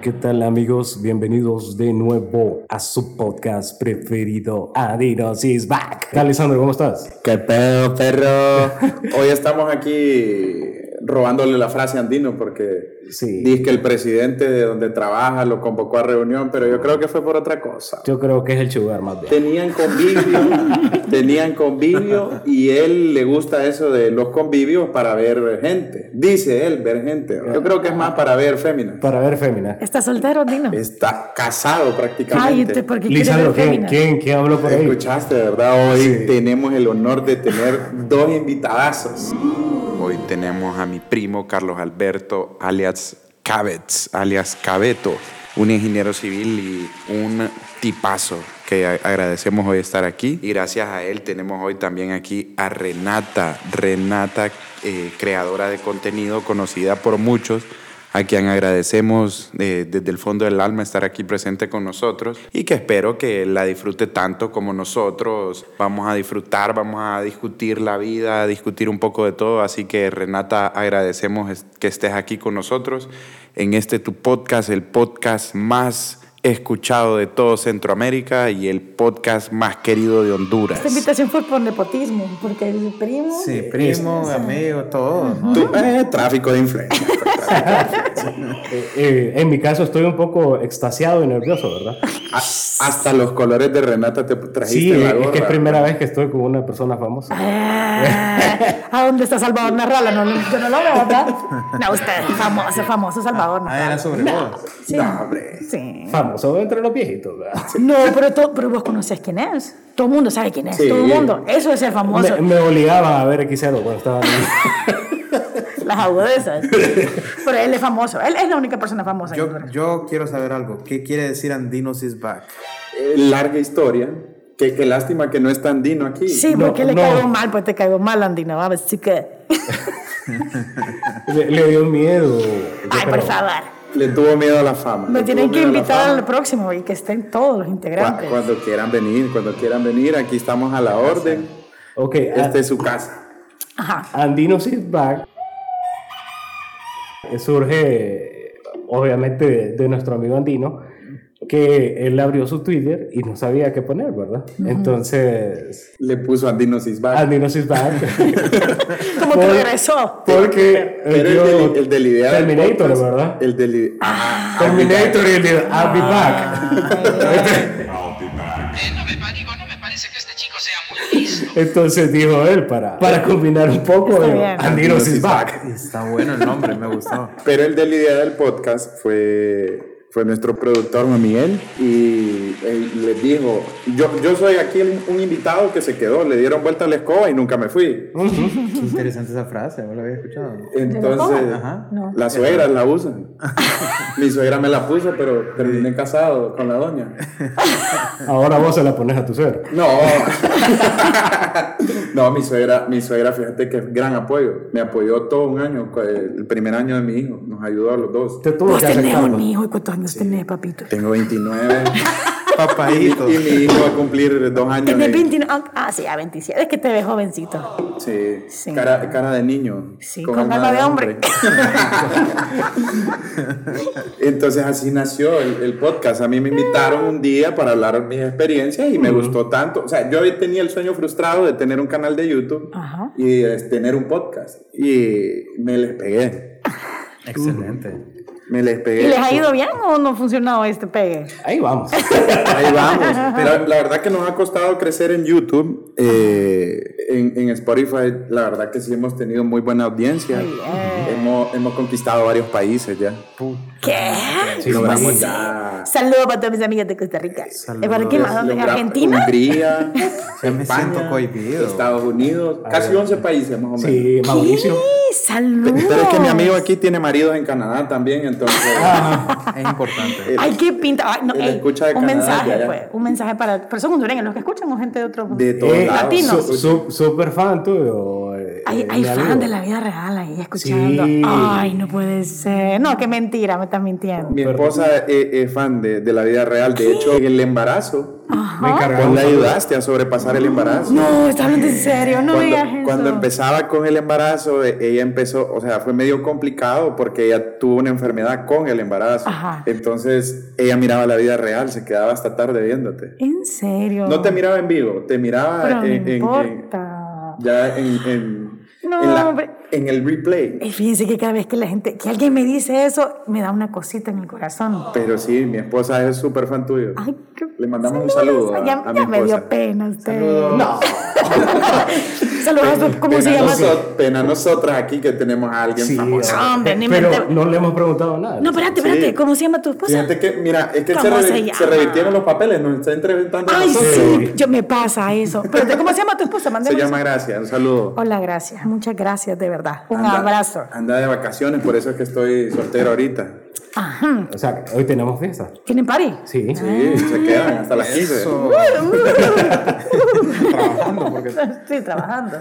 ¿Qué tal amigos? Bienvenidos de nuevo a su podcast preferido, Adidas is Back. ¿Qué tal, Lisandro? ¿Cómo estás? ¿Qué pedo, perro? Hoy estamos aquí robándole la frase a Andino porque Sí. dice que el presidente de donde trabaja lo convocó a reunión, pero yo creo que fue por otra cosa. Yo creo que es el sugar más bien. Tenían convivio, tenían convivio y él le gusta eso de los convivios para ver gente. Dice él, ver gente. Yo creo que es más para ver féminas. Para ver fémina. ¿Estás soltero, Dino? Eh, Está casado Ay, prácticamente. te, porque Lisandro, quiere ver ¿quién, féminas. quién, quién habló por ahí? Escuchaste, ¿verdad? Hoy tenemos el honor de tener dos invitadazos. Hoy tenemos a mi primo Carlos Alberto, alias Cabets, alias Cabeto, un ingeniero civil y un tipazo que a- agradecemos hoy estar aquí. Y gracias a él tenemos hoy también aquí a Renata, Renata, eh, creadora de contenido conocida por muchos a quien agradecemos eh, desde el fondo del alma estar aquí presente con nosotros y que espero que la disfrute tanto como nosotros. Vamos a disfrutar, vamos a discutir la vida, a discutir un poco de todo. Así que Renata, agradecemos es- que estés aquí con nosotros en este tu podcast, el podcast más escuchado de todo Centroamérica y el podcast más querido de Honduras. Esta invitación fue por nepotismo, porque el primo. Sí, primo, amigo, todo. ¿no? Tú- eh, tráfico de influencia. Eh, eh, en mi caso estoy un poco extasiado y nervioso, ¿verdad? A- Hasta los colores de Renata te trajiste Sí, la es que es gorra. primera vez que estoy con una persona famosa. Ah, ¿A dónde está Salvador Narrala? No, yo no lo veo, ¿verdad? No, usted, famoso, famoso Salvador Ah, era Narrala. sobre vos. Sí. No, hombre. Sí. Famoso entre los viejitos, ¿verdad? No, pero, to- pero vos conocés quién es. Todo el mundo sabe quién es. Sí. Todo el mundo. Eso es ser famoso. Me, me obligaban a ver X0 cuando estaba niño. Las agudezas. Pero él es famoso. Él es la única persona famosa. en Yo, Honduras. yo quiero saber algo. ¿Qué quiere decir Andinos is back? Eh, larga historia. Que, que lástima que no es tan Dino aquí. sí, no, porque le no. caigo mal, pues te caigo mal, Andina. Vamos, así que. Le, le dio miedo. yo Ay, por creo. favor. Le tuvo miedo a la fama. Me le tienen tuvo que miedo a la invitar fama. al próximo y que estén todos los Cu- integrantes. Cuando quieran venir, cuando quieran venir, aquí estamos a la orden. Ok, a- Esta es su casa. Ajá. Andino Feedback eh, surge obviamente de, de nuestro amigo Andino que él abrió su Twitter y no sabía qué poner, ¿verdad? Entonces, Le puso Andino Sisbal. Andino Feedback Como que regresó. porque Pero el, yo- del, el del idea del Terminator, podcast, ¿verdad? El Ah, del. Ajá. Terminator y el de I'll be Ah, back. Eh, no, me, pa- digo, no me parece que este chico sea muy listo. Entonces dijo él para, para combinar un poco Está dijo, bien. Andino is back. Está bueno el nombre, me gustó. Pero el de la idea del podcast fue, fue nuestro productor Juan Miguel y él les dijo, yo, yo soy aquí un, un invitado que se quedó, le dieron vuelta a la escoba y nunca me fui. Qué interesante esa frase, no la había escuchado. Entonces, Ajá. No. las suegras la usan. Mi suegra me la puso, pero terminé casado con la doña. Ahora vos se la pones a tu ser. No. No, mi suegra, mi suegra, fíjate que es gran apoyo. Me apoyó todo un año, el primer año de mi hijo. Nos ayudó a los dos. Te tuvo Vos que tenés aceptar. un hijo y cuántos años tenés, papito. Tengo 29 eh, Papadito. y mi hijo va a cumplir dos años. Tenés en- 29. Ah, Ah, sí, a 27. Es que te ves jovencito. Sí, Sí. Cara, cara de niño. Sí, con alma de hombre. Entonces así nació el, el podcast. A mí me invitaron un día para hablar mis experiencias y me gustó tanto. O sea, yo tenía el sueño frustrado de tener un canal de YouTube Ajá. y eh, tener un podcast. Y me les pegué. Excelente. Me les pegué. ¿Y les ha ido bien o no ha funcionado este pegue? Ahí vamos. Ahí vamos. Pero la verdad que nos ha costado crecer en YouTube, eh, en, en Spotify. La verdad que sí hemos tenido muy buena audiencia. Muy bien. Hemos, hemos conquistado varios países ya. ¿Qué? Sí, Lo vamos. hemos ya- Saludos para todas mis amigas de Costa Rica. Saludos. ¿Es para qué más? ¿Dónde? ¿En logra- Argentina? Hungría, Ya me España, siento cohibido. Estados Unidos, casi 11 países más o menos. Sí, Mauricio. Sí, saludos. Pero es que mi amigo aquí tiene maridos en Canadá también, entonces. Es importante. él- Ay, qué pinta. Ay, no, él ey, escucha de un Canadá, de mensaje, allá. pues. Un mensaje para. Pero son hondureños los que escuchan o gente de otro. de todos Eh, lados. latinos. su- su- super fan tuyo. eh, Hay, eh, hay mi fan amigo. de la vida real ahí escuchando. Sí. Ay, no puede ser. No, qué mentira, me estás mintiendo. Mi esposa es, es fan de, de la vida real. De hecho, en el embarazo, Me encargaron vos le saludos. ayudaste a sobrepasar el embarazo. Ah. No, estás hablando en serio, no digas Cuando, eso. cuando empezaba con el embarazo, e- ella empezó, o sea, fue medio complicado porque ella tuvo una enfermedad con el embarazo. Ajá. Entonces, ella miraba la vida real, se quedaba hasta tarde viéndote. En serio. No te miraba en vivo, te miraba Oh. Pero no en, en- importa. en- ya en, en- No, en la- hombre. en el replay. Y fíjense que cada vez que la gente, que alguien me dice eso, me da una cosita en el corazón. Pero sí, mi esposa es súper fan tuyo. Ay, qué- Le mandamos un saludos. saludo a- ya a ya mi me dio esposa. pena usted. No. saludos a su, ¿cómo Pena se llama? nosot- pena nosotras aquí que tenemos a alguien Sí, o famoso. sea, Hombre, ni me pero te- no le hemos preguntado nada. No, espérate, espérate, Sí. ¿cómo se llama tu esposa? Fíjate que, mira, es que se, ¿Cómo revi- se llama? se revirtieron los papeles, nos está entrevistando. a Ay, sí, nosotros. yo me pasa eso. Pero ¿cómo se llama tu esposa? Se Mándeme llama Gracia, un saludo. Hola, gracias. Muchas gracias, de verdad. Un Anda- abrazo. Anda de vacaciones, por eso es que estoy soltero ahorita. Ajá. O sea, hoy tenemos fiesta. ¿Tienen party? Sí. Ah. Sí, se quedan hasta las 15. Trabajando, porque Estoy trabajando.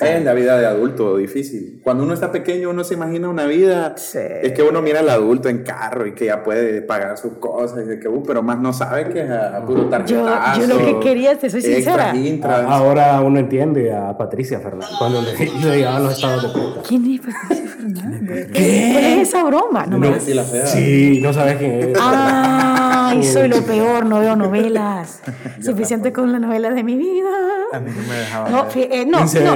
Es la vida de adulto, difícil. Cuando uno está pequeño, uno se imagina una vida. Sí. Es que uno mira al adulto en carro y que ya puede pagar sus cosas, y de que, uh, pero más no sabe que es a a puro tarjetazo. yo lo que quería, te soy sincera. extras, intras. Ahora uno entiende a Patricia Fernández cuando le, le llegaban los estados de cuenta. ¿Quién es Patricia Fernández? ¿Cuál es esa broma? No, me Ah, Sí, la fea. Sí, no sabes quién es. Ay, soy lo peor, no veo novelas. Suficiente con la novela de mi vida. a mí no me dejaban. No, fi- eh, no, en serio.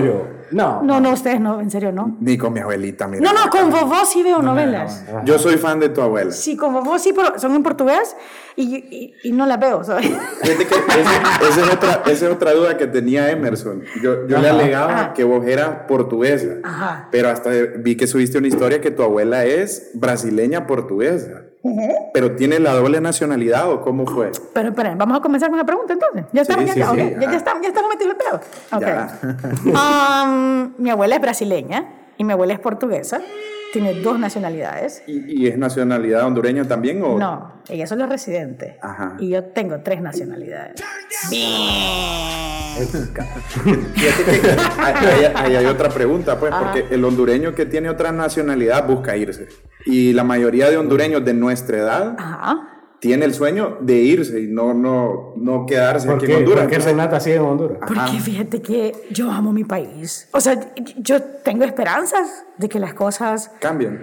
No. no. No, no, ustedes no, en serio no. Ni con mi abuelita, mira. No, no, con Bobó sí veo novelas. Yo soy fan de tu abuela. Sí, con Bobó sí, pero son en portugués y, y, y no las veo, ¿sabes? Fíjate que ese- esa, es otra, esa es otra duda que tenía Emerson. Yo, yo le Ajá. alegaba Ajá. que vos eras portuguesa, Ah. Ajá. pero hasta vi que subiste una historia que tu abuela es brasileña portuguesa, pero tiene la doble nacionalidad o cómo fue. Pero esperen, vamos a comenzar con la pregunta entonces. Ya estamos, sí, ya, sí, ok, ya. ya- ya estamos, ya estamos metidos en pedo. Ok. Ya. Am, mi abuela es brasileña y mi abuela es portuguesa. Tiene dos nacionalidades. ¿Y, y es nacionalidad hondureña también o? No, ella solo es residente. Oh. Ajá. Y yo tengo tres nacionalidades. Fíjate que ahí, ahí hay otra pregunta, pues, porque el hondureño que tiene otra nacionalidad busca irse. Y la mayoría de hondureños de nuestra edad Ajá. tiene el sueño de irse y no, no, no quedarse ¿Por aquí qué, en Honduras. ¿Por qué Renata sigue en Honduras? Porque fíjate que yo amo mi país. O sea, yo tengo esperanzas de que las cosas Cambian.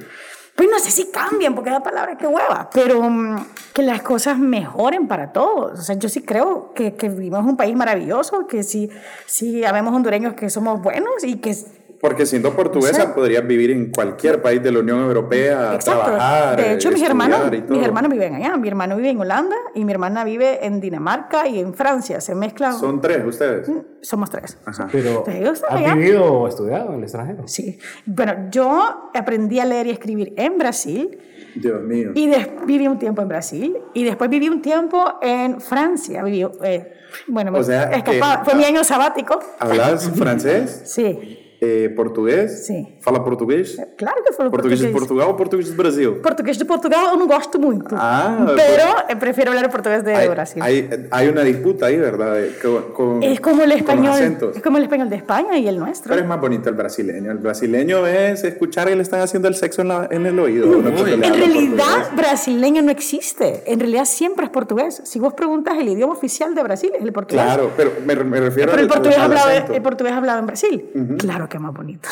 pues no sé si cambian, porque la palabra es que hueva, pero mm, que las cosas mejoren para todos. O sea, yo sí creo que, que vivimos en un país maravilloso, que sí, sí habemos hondureños que somos buenos y que... Porque siendo portuguesa Sí. podrías vivir en cualquier país de la Unión Europea, Exacto. trabajar. De hecho, mis estudiar hermanos, y todo. mis hermanos viven allá. Mi hermano vive en Holanda y mi hermana vive en Dinamarca y en Francia. Se mezclan... Son tres ustedes. Mm. Somos tres. Ajá. Pero, Te digo, está allá. ¿has vivido o estudiado en el extranjero? Sí. Bueno, yo aprendí a leer y escribir en Brasil. Dios mío. Y des- viví un tiempo en Brasil y después viví un tiempo en Francia. Viví, eh, bueno, me O sea, escapaba. que- Fue mi año sabático. ¿Hablas francés? Sí, Eh, ¿Portugués? Sí. Eh, ¿Fala portugués? claro que fue lo ¿Portugués de Portugal o português de Brasil? Portugués de Portugal eu no gosto muito. Ah, pero eh, prefiero hablar portugués de Hay, Brasil. hay, hay una disputa ahí, ¿verdad? De- con- con- es como con el los español, acentos. es como el español de España y el nuestro. Pero es más bonito el brasileño. El brasileño es escuchar que le están haciendo el sexo en, la- en el oído. ¿no? Cuando le en hablan En realidad, portugués. brasileño no existe. En realidad, siempre es portugués. Si vos preguntas, el idioma oficial de Brasil es el portugués. Claro, pero me, me refiero Pero el al- portugués, al hablado, acento. el portugués hablado en Brasil. Claro que es más bonito.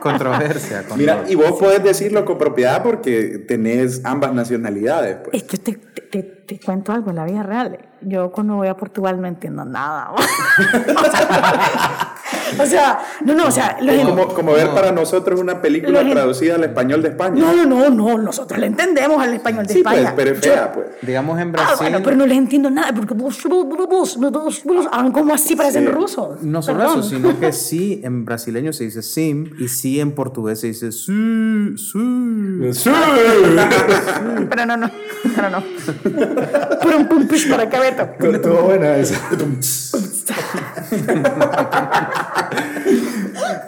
Controversia. Mira, y controversia. vos podés decirlo con propiedad porque tenés ambas nacionalidades. pues. Es que te, te- te- te cuento algo en la vida real. Yo cuando voy a Portugal no entiendo nada. o sea, no, no, o sea, los Es en- como, como ver para nosotros una película Lo gen- traducida al español de España. no, no, no, no, nosotros le entendemos al español de sí, pues, España. pero es Yo- fea, pues. Digamos en Ah, Brasil. bueno, pero no les entiendo nada, porque vos- vos- vos- vos- vos- vos- hablan como así, parecen rusos. No solo Perdón. eso, sino que sí en brasileño se dice sim y sí en portugués se dice su, su. Sí. Pero no, no, pero no. Pero un pum pish para cabeto. Estuvo buena esa.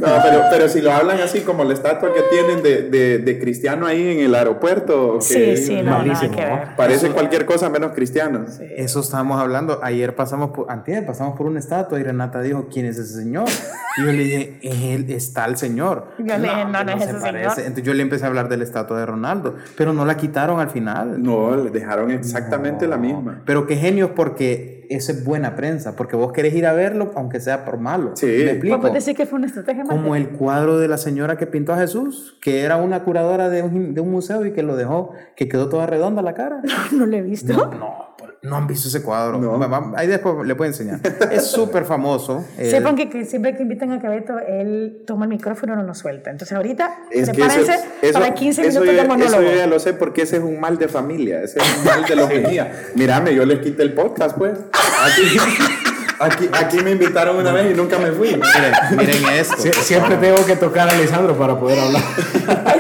No, pero, pero si lo hablan así como la estatua que tienen de, de, de cristiano ahí en el aeropuerto. Sí, que sí, no, nada malísimo, que ¿no? ver. Parece cualquier cosa menos cristiano. Eso estábamos hablando. Ayer pasamos por, antier pasamos por una estatua y Renata dijo, ¿quién es ese señor? Y yo le dije, "Es él, está el señor. Yo le dije, "No, no que es ese se señor". Entonces yo le empecé a hablar de la estatua de Ronaldo, pero no la quitaron al final. No, le dejaron exactamente la misma. Pero qué genios porque eso es buena prensa, porque vos querés ir a verlo aunque sea por malo. Sí. ¿Me explico? Vos decís que fue una estrategia Como marketing. el cuadro de la señora que pintó a Jesús, que era una curadora de un, de un museo y que lo dejó, que quedó toda redonda la cara. No lo he visto. No, no, por- no han visto ese cuadro. No. Va- va- ahí después le puedo enseñar. Es súper famoso. eh, Sepan que, que siempre que invitan a Cabeto, él toma el micrófono y no lo suelta. Entonces ahorita, Es que eso, prepárense eso- para 15 eso minutos yo, de eso monólogo. yo ya lo sé porque ese es un mal de familia, ese es un mal de los venía. Mírame, yo les quité el podcast, pues. Aquí, aquí, aquí me invitaron una vez y nunca me fui. miren, miren esto. Sie- siempre tengo que tocar a Alessandro para poder hablar.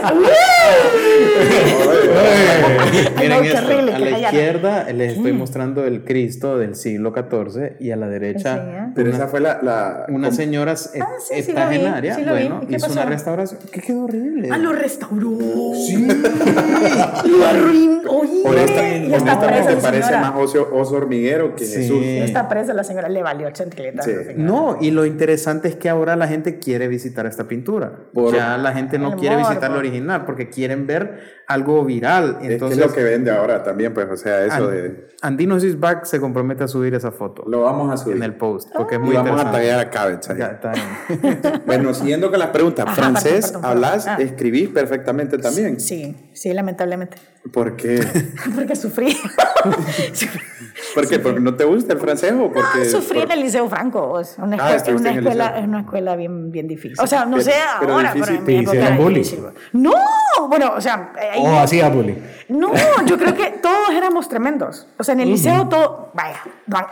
Miren Ay, no, Mm. qué esto. horrible, a qué la rayada. izquierda les estoy mostrando el Cristo del siglo XIV y a la derecha Enseña. Pero esa fue la... la- una señora et- Ah, sí, sí lo vi, etagenaria. sí lo vi. bueno, ¿Y qué hizo una pasó? restauración. Que quedó horrible. Ah, lo restauró. Sí. lo arruinó. honesta- Oye, ya está presa honestamente la parece señora. más oso, oso hormiguero que Sí. Jesús. Ya Está presa la señora. Le valió chancletas. Sí. la señora. No, y lo interesante es que ahora la gente quiere visitar esta pintura. Por- ya la gente no El quiere morbo. visitar lo original porque quieren ver algo viral. Es que Entonces, es lo que vende ahora también, pues, o sea, eso de... Andino Sisbach se compromete a subir esa foto Lo vamos a subir. en el post porque es Ah. y muy vamos a interesante. taggear a Cabez ahí. Ya, está bien. Bueno, siguiendo con las preguntas, Ajá, francés, perdón, perdón, perdón. hablas, Ah. escribís perfectamente también. Sí, sí, lamentablemente. ¿Por qué? Porque sufrí. ¿Por qué? ¿Porque no te gusta el francés o porque...? Sufrí por- en Ah, el Liceo Franco. o sea, Una, Ah, escuela- estuviste una en el escuela, liceo. es una escuela bien, bien difícil. O sea, no Pero- sé pero ahora, pero difícil en te mi época hicieron era bullying. difícil. Oh. No, bueno, o sea, ahí- O Oh, así ah, a bullying. No, yo creo que todos éramos tremendos. O sea, en el liceo todo, vaya, no han-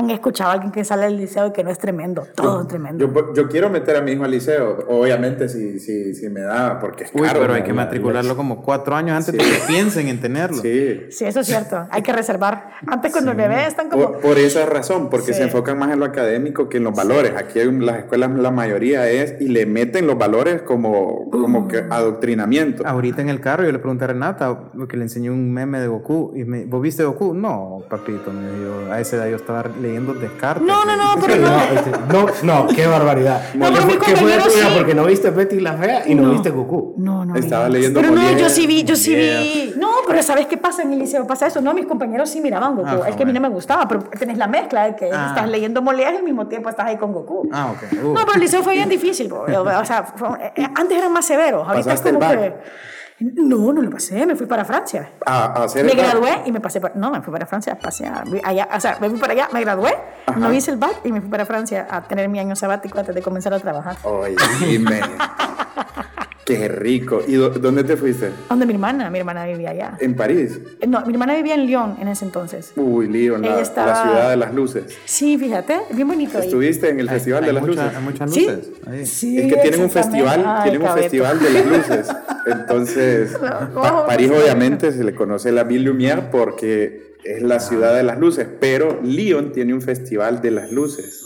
han escuchado a alguien que sale del liceo y que no es tremendo, todo es tremendo. Yo, yo quiero meter a mi hijo al liceo, obviamente, si, si, si me da, porque es Uy, caro, pero hay la- que la- matricularlo como cuatro años antes de que piensen en tenerlo. Sí. Sí, eso es cierto, hay que reservar. Antes cuando el bebé están como... Por, por esa razón, porque Sí. se enfocan más en lo académico que en los valores. Aquí hay un- las escuelas, la mayoría es, y le meten los valores como, como que Mm. adoctrinamiento. Ah. Ahorita en el carro yo le pregunté a Renata porque le enseñé un meme de Goku y me ¿vos viste Goku? No, papito, me dijo, a esa edad yo estaba leyendo Descartes. No, no, no, pero no. No, este, no, no, qué barbaridad. No, pero ¿Qué mi fue- ¿Qué fue de compañero tu vida? sí. Porque no viste Betty la Fea y no, No. viste Goku. No, no. Estaba mira. leyendo Pero no, Molière. yo sí vi, yo sí vi. No, pero ¿sabes qué pasa en el liceo? Pasa eso. No, mis compañeros sí miraban Goku. Ah, es que a mí no bueno. me gustaba, pero tenés la mezcla de que Ah. estás leyendo Molière y al mismo tiempo estás ahí con Goku. Ah, ok. Uh. No, pero el liceo fue bien difícil. bro. O sea, fue- eh, antes eran más severos. Ahorita es ¿Pasaste el como que. bac? No, no lo pasé, me fui para Francia. A, a hacer Me el- gradué y me pasé para. No, me fui para Francia, pasé a- allá. O sea, me fui para allá, me gradué, no hice el BAC y me fui para Francia a tener mi año sabático antes de comenzar a trabajar. Oye, dime. Qué rico. ¿Y dó- dónde te fuiste? ¿A ¿Dónde mi hermana? Mi hermana vivía allá. En París. Eh, No, mi hermana vivía en Lyon en ese entonces. Uy, Lío, en la, Ella la estaba- ciudad de las luces. Sí, fíjate, bien bonito ahí. ¿Estuviste en el Festival Hay de las mucha- Luces? hay muchas ¿Sí? luces. ahí. Sí, Es que tienen un festival, exactamente. Ay, tienen un Cabeto. festival de las luces. Entonces, No, Pa- no, París no. obviamente se le conoce la Ville Lumière porque es la ciudad de las luces, pero Lyon tiene un festival de las luces.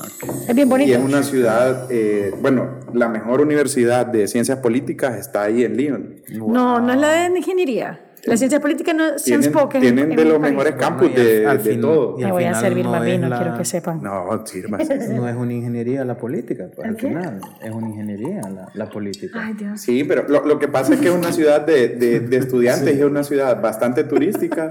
Es bien Y Ah, bonito. es una ciudad, eh, bueno, la mejor universidad de ciencias políticas está ahí en Lyon. No, no es la de ingeniería. La ciencia política no es Science Tienen, Po, que es en- tienen en de mi los país. mejores Bueno, campus y al- de, al de fin- todo. y al Me voy a final servir no más es vino, la- quiero que sepan. No, sirva. No es una ingeniería la política, pues, al ¿Qué? final es una ingeniería la, la política. Ay, Dios. Sí, pero lo, lo que pasa es que es una ciudad de, de- de estudiantes y es una ciudad bastante turística.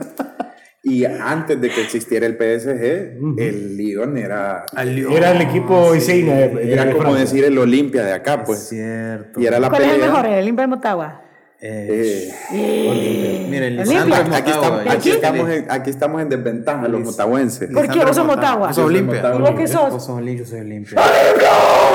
Y antes de que existiera el PSG, el Lyon era, Era el equipo Iseina de, de- era de como Francia. decir el Olimpia de acá, pues. Cierto. Y era la ¿Cuál es el pelea. mejor? ¿El Limpia de Motagua? Eh, Eh, miren, Olimpia. Lisandro es aquí, Motagua, estamos, yo aquí, sé que- estamos en, aquí estamos en desventaja los motahuenses. ¿Por qué? Lisandro ¿Vos sos es Motagua? Vos sos Olimpia. Yo ¿Y vos qué sos? Vos sos Olimpia, yo soy Olimpia.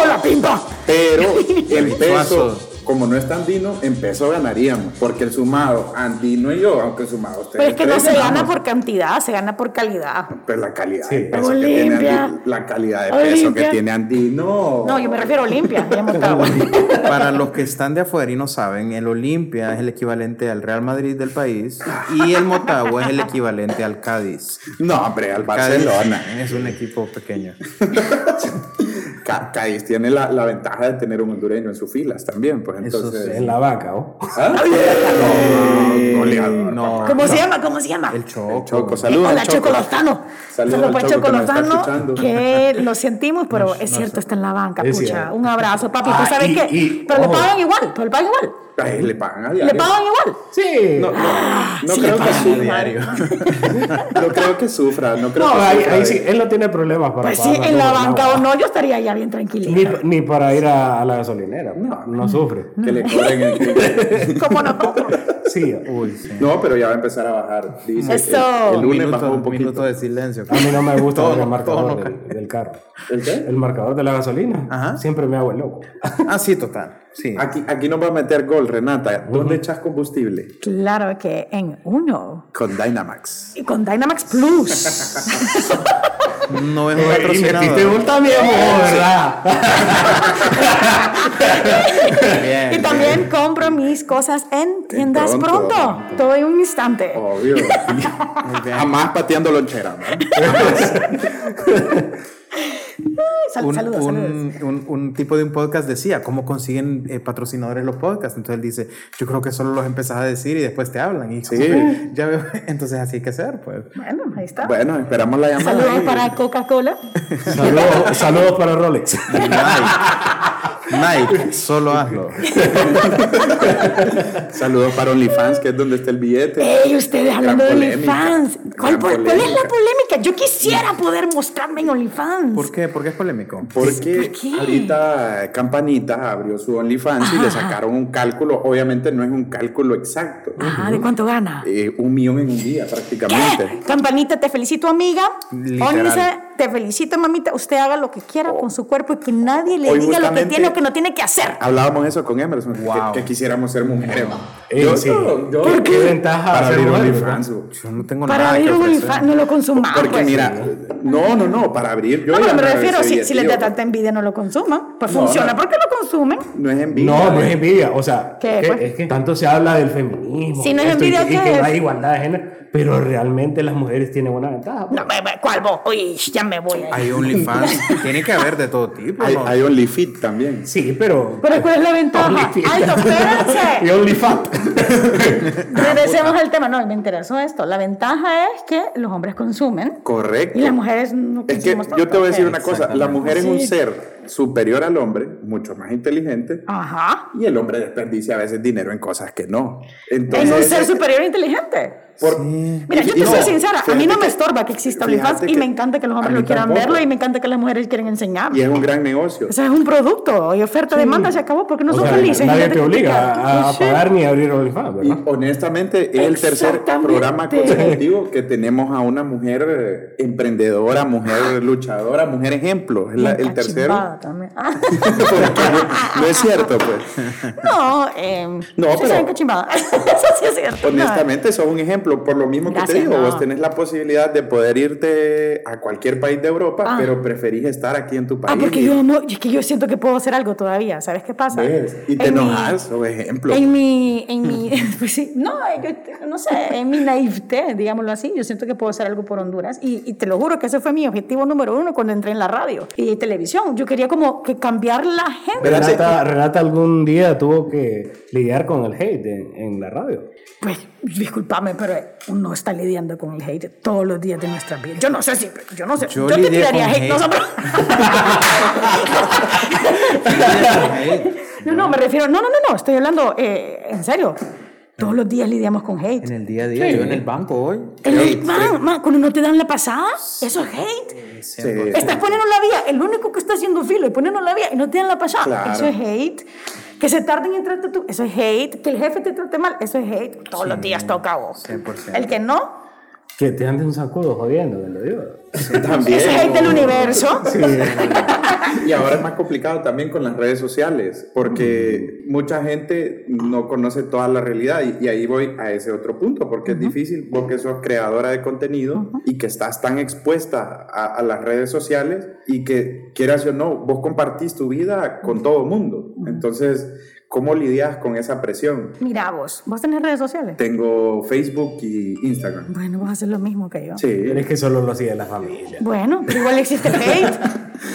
¡Hola, pimpa! Pero el peso, Suazo. como no es andino, en peso ganaríamos. Porque el sumado andino y yo, aunque el sumado ustedes Pero es que no tres, se gana ganamos. por cantidad, se gana por calidad. Pero pues, la calidad de Sí. peso que tiene Olimpia. Andi- la calidad de peso que Olimpia. tiene Andino. No, yo me refiero a Olimpia, de Motagua. Para los que están de afuera y no saben, el Olimpia es el equivalente al Real Madrid del país y el Motagua es el equivalente al Cádiz. No, hombre, al ¿eh? Cádiz Barcelona. es un equipo pequeño. Ca- Cádiz tiene la, la ventaja de tener un hondureño en sus filas también, pues Eso entonces... En la vaca, ¿o? ¿Ah? Eh, No, goleador, Eh, no. papá. ¿Cómo se llama? ¿Cómo se llama? El choco. Choco, saludos. Hola, al Choco. Chocolostano. Saludos Saludos al para Choco que nos está Chocolostano, escuchando. que lo sentimos, pero es cierto, está en la banca, Es pucha. cierto. Un abrazo, papi. Ah, ¿Tú sabes y- qué? y- pero le ojo. pagan igual, pero le pagan igual. Ay, le pagan a Le diario. pagan igual. Sí. No, No, no, no sí le creo que pagan sufra. diario. No creo que sufra. No creo que ahí, sufra ahí de- sí, él no tiene problemas para Pues sí, pagar en la luz, banca o no, yo estaría ya bien tranquila. Ni, ni para ir a, a la gasolinera. No, no sufre. Que le cobren el- Como nosotros. Sí, uh, Uy, sí. No, pero ya va a empezar a bajar. Dice, Eso. El, el lunes minuto, bajó un poquito. minuto de silencio. a mí no me gusta Todo ver el no- todo marcador no del, del carro. ¿El qué? El marcador de la gasolina. Ajá. Siempre me hago el loco. Ah, sí, total. Sí. Aquí, aquí nos va a meter gol, Renata. ¿Dónde echas combustible? Claro que en uno. Con Dynamax. Y con Dynamax Plus. No es un Eh, y metiste patrocinador. gol también, vos, ¿verdad? Bien, y también compro mis cosas en tiendas Pronto. Oh, pronto. Todo en un instante. Obvio. Jamás pateando lonchera. ¿no? Sal- un, saludos, un- saludos. un- un tipo de un podcast decía cómo consiguen eh, patrocinadores los podcasts. Entonces él dice, yo creo que solo los empezás a decir y después te hablan. Y como que ya veo, entonces así hay que ser, pues. Bueno, ahí está. Bueno, esperamos la llamada. Saludos para Coca-Cola. Saludos, saludos para Rolex. Nike, Nike, solo hazlo. Saludos para OnlyFans, que es donde está el billete. Ey, ustedes hablando de Gran OnlyFans. polémica, ¿Cuál, gran cuál- cuál es la polémica. polémica? Yo quisiera poder mostrarme en OnlyFans. ¿Por qué? Porque es polémico. Porque ¿Por qué? ahorita Campanita abrió su OnlyFans y le sacaron un cálculo. Obviamente no es un cálculo exacto. Ajá, ¿de cuánto gana? Eh, un millón en un día ¿Qué? prácticamente. Campanita, te felicito, amiga. Literal. Once, te felicito, mamita. Usted haga lo que quiera con su cuerpo y que nadie le Oh. Hoy diga lo que justamente- Ah, tiene o que no tiene que hacer. Hablábamos eso con Emerson, que- Wow. que, quisiéramos ser mujeres. Eh, sí. ¿Por qué? ventaja para ser abrir mujer, OnlyFans? bro. Yo no tengo Para nada abrir que un ofrecer. OnlyFans, no lo consuma. Porque pues. mira, no, no, no, para abrir yo. No, ya pero me no refiero, soy si, si les tío. da tanta envidia, no lo consuman. Pues No, funciona no. porque lo consumen. No es envidia. No, no es envidia. O sea, ¿Qué, que- pues? es que tanto se habla del feminismo. Si no es esto y que- envidia, y ¿qué que no es? hay igualdad de género. Pero realmente las mujeres tienen una ventaja. pues. No, ve- ve, ¿Cuál vos? Uy, ya me voy. ahí. Hay OnlyFans. Tiene que haber de todo tipo. Hay, ¿no? hay OnlyFit también. Sí, pero. Pero ¿cuál es la ventaja? OnlyFans. Alto, espérense. Y OnlyFans. Regresemos al tema. No, me interesó esto. La ventaja es que los hombres consumen Correcto. y las mujeres no Es que consumimos yo te tanto, voy a decir ¿ok? una cosa, la mujer es un Sí. ser superior al hombre, mucho más inteligente, Ajá. y el hombre desperdicia a veces dinero en cosas que no. Entonces, Es un ser superior e inteligente. por- Mira, yo te No, soy sincera, a mí fíjate no me que- estorba que exista fíjate OnlyFans y que me encanta que los a hombres mí lo quieran tampoco. verlo y me encanta que las mujeres quieren enseñar. Y es un gran negocio. O sea, es un producto y oferta, demanda, se acabó porque no O son sea, felices. Nadie Fíjate te que obliga pica. Oh, a, a Sí. pagar ni a abrir OnlyFans, Y ¿verdad? honestamente es el tercer Exactamente. programa consecutivo que tenemos a una mujer eh, emprendedora, Ah. mujer luchadora, mujer ejemplo. Es Y la- en el tercero. cachimbada también. Ah, no, es cierto, pues. no, eh, No, sí pero- saben cachimbada. Eso sí es cierto. Honestamente, sos un ejemplo. Por lo mismo que Gracias, te digo, no. vos tenés la posibilidad de poder irte a cualquier país de Europa, Ah. pero preferís estar aquí en tu Ah, país. porque y, yo no, es que yo siento que puedo hacer algo todavía, ¿sabes qué pasa? ves, y te En mi- enojas, o ejemplo. En mi, en mi, pues sí, no, yo no sé, en mi naivete, digámoslo así, yo siento que puedo hacer algo por Honduras y, y te lo juro que ese fue mi objetivo número uno cuando entré en la radio y televisión. Yo quería como que cambiar la gente. Espérate. Renata, Renata algún día tuvo que lidiar con el hate en, en la radio. Pues discúlpame, pero uno está lidiando con el hate todos los días de nuestra vida. Yo no sé si, yo no sé, Yo yo, te lidié tiraría con hate, no hate. sobre- No, no, me refiero, no, no, no, no, estoy hablando eh, en serio. Todos los días lidiamos con hate. En el día a día, yo en el banco hoy. El hate, man, man, cuando no te dan la pasada, eso es hate. Sí. Estás poniendo la vía, el único que está haciendo filo y poniendo la vía y no te dan la pasada, Claro. eso es hate. Que se tarden en tratarte tú, eso es hate. Que el jefe te trate mal, eso es hate. Todos los días toca a vos. 100%. El que no, Que te andes un sacudo jodiendo, te lo digo. También. Ese es hate del universo. Y ahora es más complicado también con las redes sociales, porque Mm. mucha gente no conoce toda la realidad y, y ahí voy a ese otro punto, porque es difícil, porque sos creadora de contenido y que estás tan expuesta a, a las redes sociales y que quieras o no, vos compartís tu vida con todo mundo. Entonces, ¿Cómo lidias con esa presión? Mira vos, ¿vos tenés redes sociales? Tengo Facebook y Instagram. Bueno, vos haces lo mismo que yo. Sí. Pero es que solo lo sigue la familia. Bueno, pero igual existe el hate.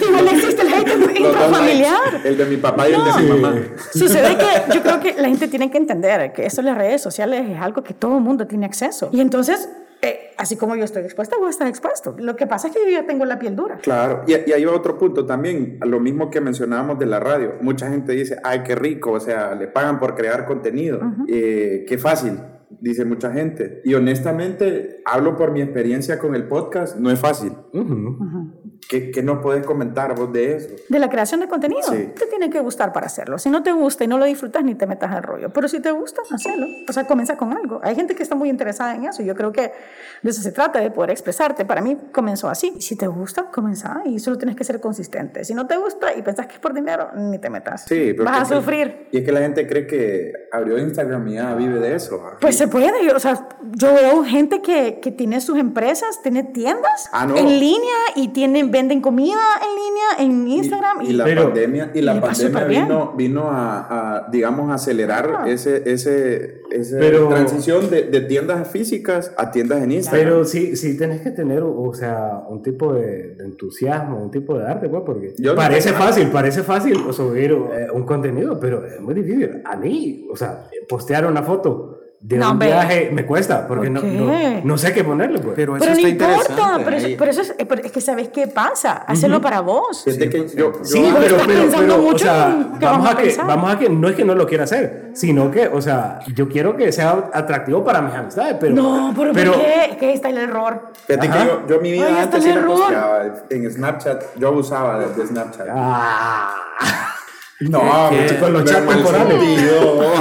igual existe el hate en Los dos familiar. likes, El de mi papá y el de mi No. mamá. Sucede que yo creo que la gente tiene que entender que eso de las redes sociales es algo que todo el mundo tiene acceso. Y entonces, eh, así como yo estoy expuesta, vos estás expuesto. Lo que pasa es que yo ya tengo la piel dura. Claro, y, y ahí va otro punto también, a lo mismo que mencionábamos de la radio. Mucha gente dice, ay, qué rico, o sea, le pagan por crear contenido, Eh, qué fácil, dice mucha gente. Y honestamente, hablo por mi experiencia con el podcast, no es fácil. Ujú. ¿Qué, qué nos podés comentar vos de eso? De la creación de contenido, Sí. te tiene que gustar para hacerlo. Si no te gusta y no lo disfrutas, ni te metas al rollo. Pero si te gusta, hazlo. O sea, comienza con algo. Hay gente que está muy interesada en eso. Yo creo que de eso se trata, de poder expresarte. Para mí comenzó así. Si te gusta, comienza y solo tienes que ser consistente. Si no te gusta y pensás que es por dinero, ni te metas. Sí, pero Vas que- a sufrir. Y es que la gente cree que abrió Instagram y ya vive de eso. ¿ah? ¿va? Pues se puede, yo, o sea, yo veo gente que, que tiene sus empresas, tiene tiendas Ah, no. en línea y tienen, venden comida en línea, en Instagram. Y, y la Pero- pandemia, y la y le va pandemia superbién. vino, vino a, a, digamos, a acelerar Ajá. ese, ese, esa Pero- transición de, de tiendas físicas a tiendas en Instagram. Pero sí, sí tenés que tener, o sea, un tipo de, de entusiasmo, un tipo de arte, pues, porque Yo no parece tengo fácil, parece fácil subir eh, un contenido, pero es muy difícil. A mí, o sea, postear una foto de No, un hombre. viaje me cuesta, porque no, ¿Por qué? no, no sé qué ponerle, pues. Pero eso Pero no está importa, interesante. pero, ahí. es- pero eso es, eh, pero es que sabes qué pasa, hacelo para vos. Fíjate que yo, yo- Sí, vos pero, estás pero, pero, pensando o mucho en sea, qué vamos vas a a que, pensar. vamos a que, no es que no lo quiera hacer, sino que, o sea, yo quiero que sea atractivo para mis amistades, pero... No, pero, ¿por qué? Es que ahí está el error. fíjate que Ajá. yo, yo mi vida Ay, está antes el sí la error. posteaba en Snapchat. Yo abusaba de, de Snapchat. Ah. No, ¿Qué? mucho- Con los pero chats mal temporales. sentido.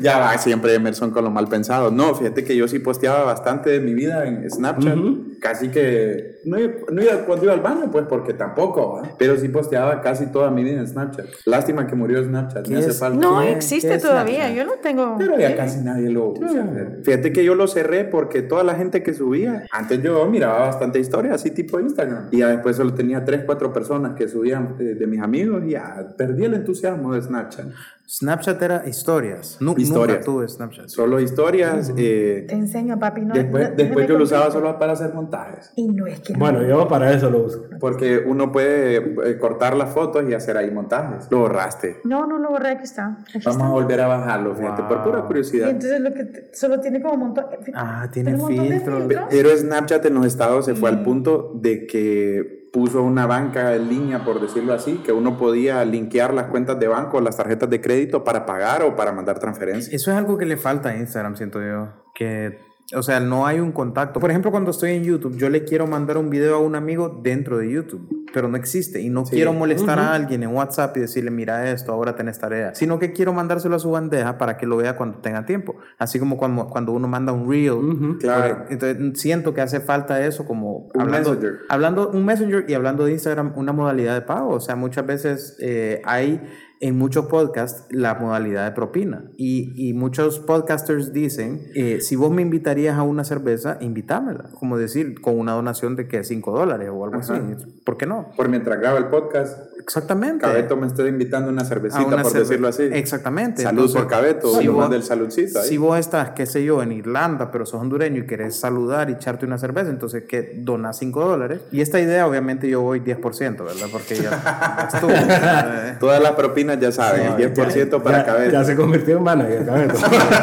ya va siempre Emerson con lo mal pensado. No, fíjate que yo sí posteaba bastante de mi vida en Snapchat. Ujú. Casi que no, iba- no iba cuando iba al baño, pues porque tampoco. ¿va? Pero sí posteaba casi toda mi vida en Snapchat. Lástima que murió Snapchat. Me hace es? falta. No ¿Qué? ¿Qué existe es todavía, Snapchat? yo no tengo... Pero ya casi nadie lo usa. Fíjate que yo lo cerré porque toda la gente que subía, antes yo miraba bastante historia, así tipo Instagram. Y ya después solo tenía 3, 4 personas que subían eh, de mis amigos y ya perdí el entusiasmo de Snapchat. Snapchat era historias. Nu- Historias. Nunca tuve Snapchat. Solo historias. eh, Te enseño, papi. No, después no- después no te yo lo usaba compliques. solo para hacer montajes. Y no es que... Bueno, yo para eso lo uso. Porque uno puede eh, cortar las fotos y hacer ahí montajes. Lo borraste. No, no lo borré, aquí está. Aquí Vamos a está. volver a bajarlo, fíjate, por pura Y curiosidad. entonces lo que te- solo tiene como un montón... Ah, tiene un montón de filtros. Pero Snapchat en los estados se fue al punto de que puso una banca en línea, por decirlo así, que uno podía linkear las cuentas de banco, las tarjetas de crédito para pagar o para mandar transferencias. Eso es algo que le falta a Instagram, siento yo. Que, o sea, no hay un contacto. Por ejemplo, cuando estoy en YouTube, yo le quiero mandar un video a un amigo dentro de YouTube, pero no existe. Y no quiero molestar a alguien en WhatsApp y decirle, mira esto, ahora tenés tarea. Sino que quiero mandárselo a su bandeja para que lo vea cuando tenga tiempo. Así como cuando, cuando uno manda un reel. Claro. Entonces siento que hace falta eso como Un hablando, messenger. hablando un messenger y hablando de Instagram una modalidad de pago. O sea, muchas veces eh, hay en muchos podcasts la modalidad de propina y, y muchos podcasters dicen eh, si vos me invitarías a una cerveza, invítamela. Como decir con una donación de que 5 dólares o algo Ajá. así. ¿Por qué no? Por mientras graba el podcast, Exactamente. Cabeto me está invitando una cervecita, A una por cerve- decirlo así. Exactamente. Salud por Cabeto, si lo vos- manda el saludcito ahí. Si vos estás, qué sé yo, en Irlanda, pero sos hondureño y querés saludar y echarte una cerveza, entonces que donas 5 dólares. Y esta idea, obviamente, yo voy 10%, ¿verdad? Porque ya estuvo. Eh, Todas las propinas ya saben, el 10% para ya, Cabeto. Ya se convirtió en manager, Cabeto.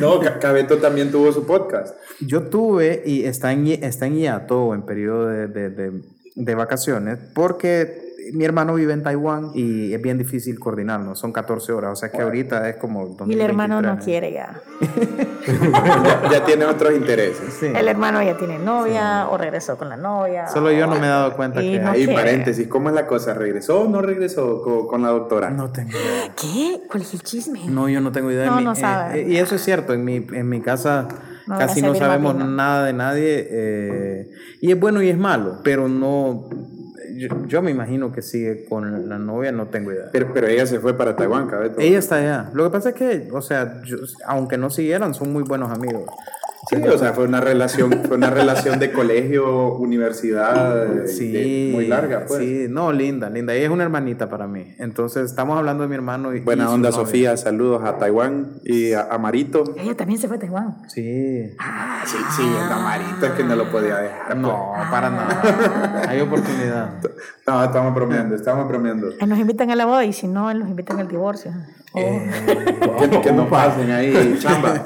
No, Ca- Cabeto también tuvo su podcast. Yo tuve y está en, hi- está en hiato o en periodo de, de- de- de vacaciones porque mi hermano vive en Taiwán y es bien difícil coordinarnos, son 14 horas, o sea que ahorita es como... Y el hermano no eh. 2023. quiere ya. ya, ya tiene otros intereses. Sí. El hermano ya tiene novia o regresó con la novia. Solo yo no me he dado cuenta Y que... no- Ahí, Ok. paréntesis, ¿cómo es la cosa? ¿Regresó o no regresó co- con la doctora? No tengo idea. ¿Qué? ¿Cuál es el chisme? No, yo no tengo idea. de No, mi- no eh, sabe. eh, y eso es cierto, en mi, en mi casa No, casi ese no Vilma sabemos Vilma. nada de nadie. eh, y es bueno y es malo, pero no... Yo, yo me imagino que sigue con la novia, no tengo idea. Pero, pero ella se fue para Taiwán, Cabeto. Ella está allá. Lo que pasa es que, o sea, yo- aunque no siguieran, son muy buenos amigos. Sí, o sea, fue una relación, fue una relación de colegio, universidad, de- Sí, de- muy larga, pues. Sí, no, linda, linda. Ella es una hermanita para mí. Entonces, estamos hablando de mi hermano. Y, y Buena su onda, novia. Sofía. Saludos a Taiwán y a, a Marito. Ella también se fue a Taiwán. Sí. Sí, sí, a Marito es que no lo podía Ah, dejar. No, para nada. Hay oportunidad. pues. No, estamos bromeando, estamos bromeando. Ahí nos invitan a la boda y si no, nos invitan al divorcio. Oh. Eh. Que, que no pasen ahí, chamba.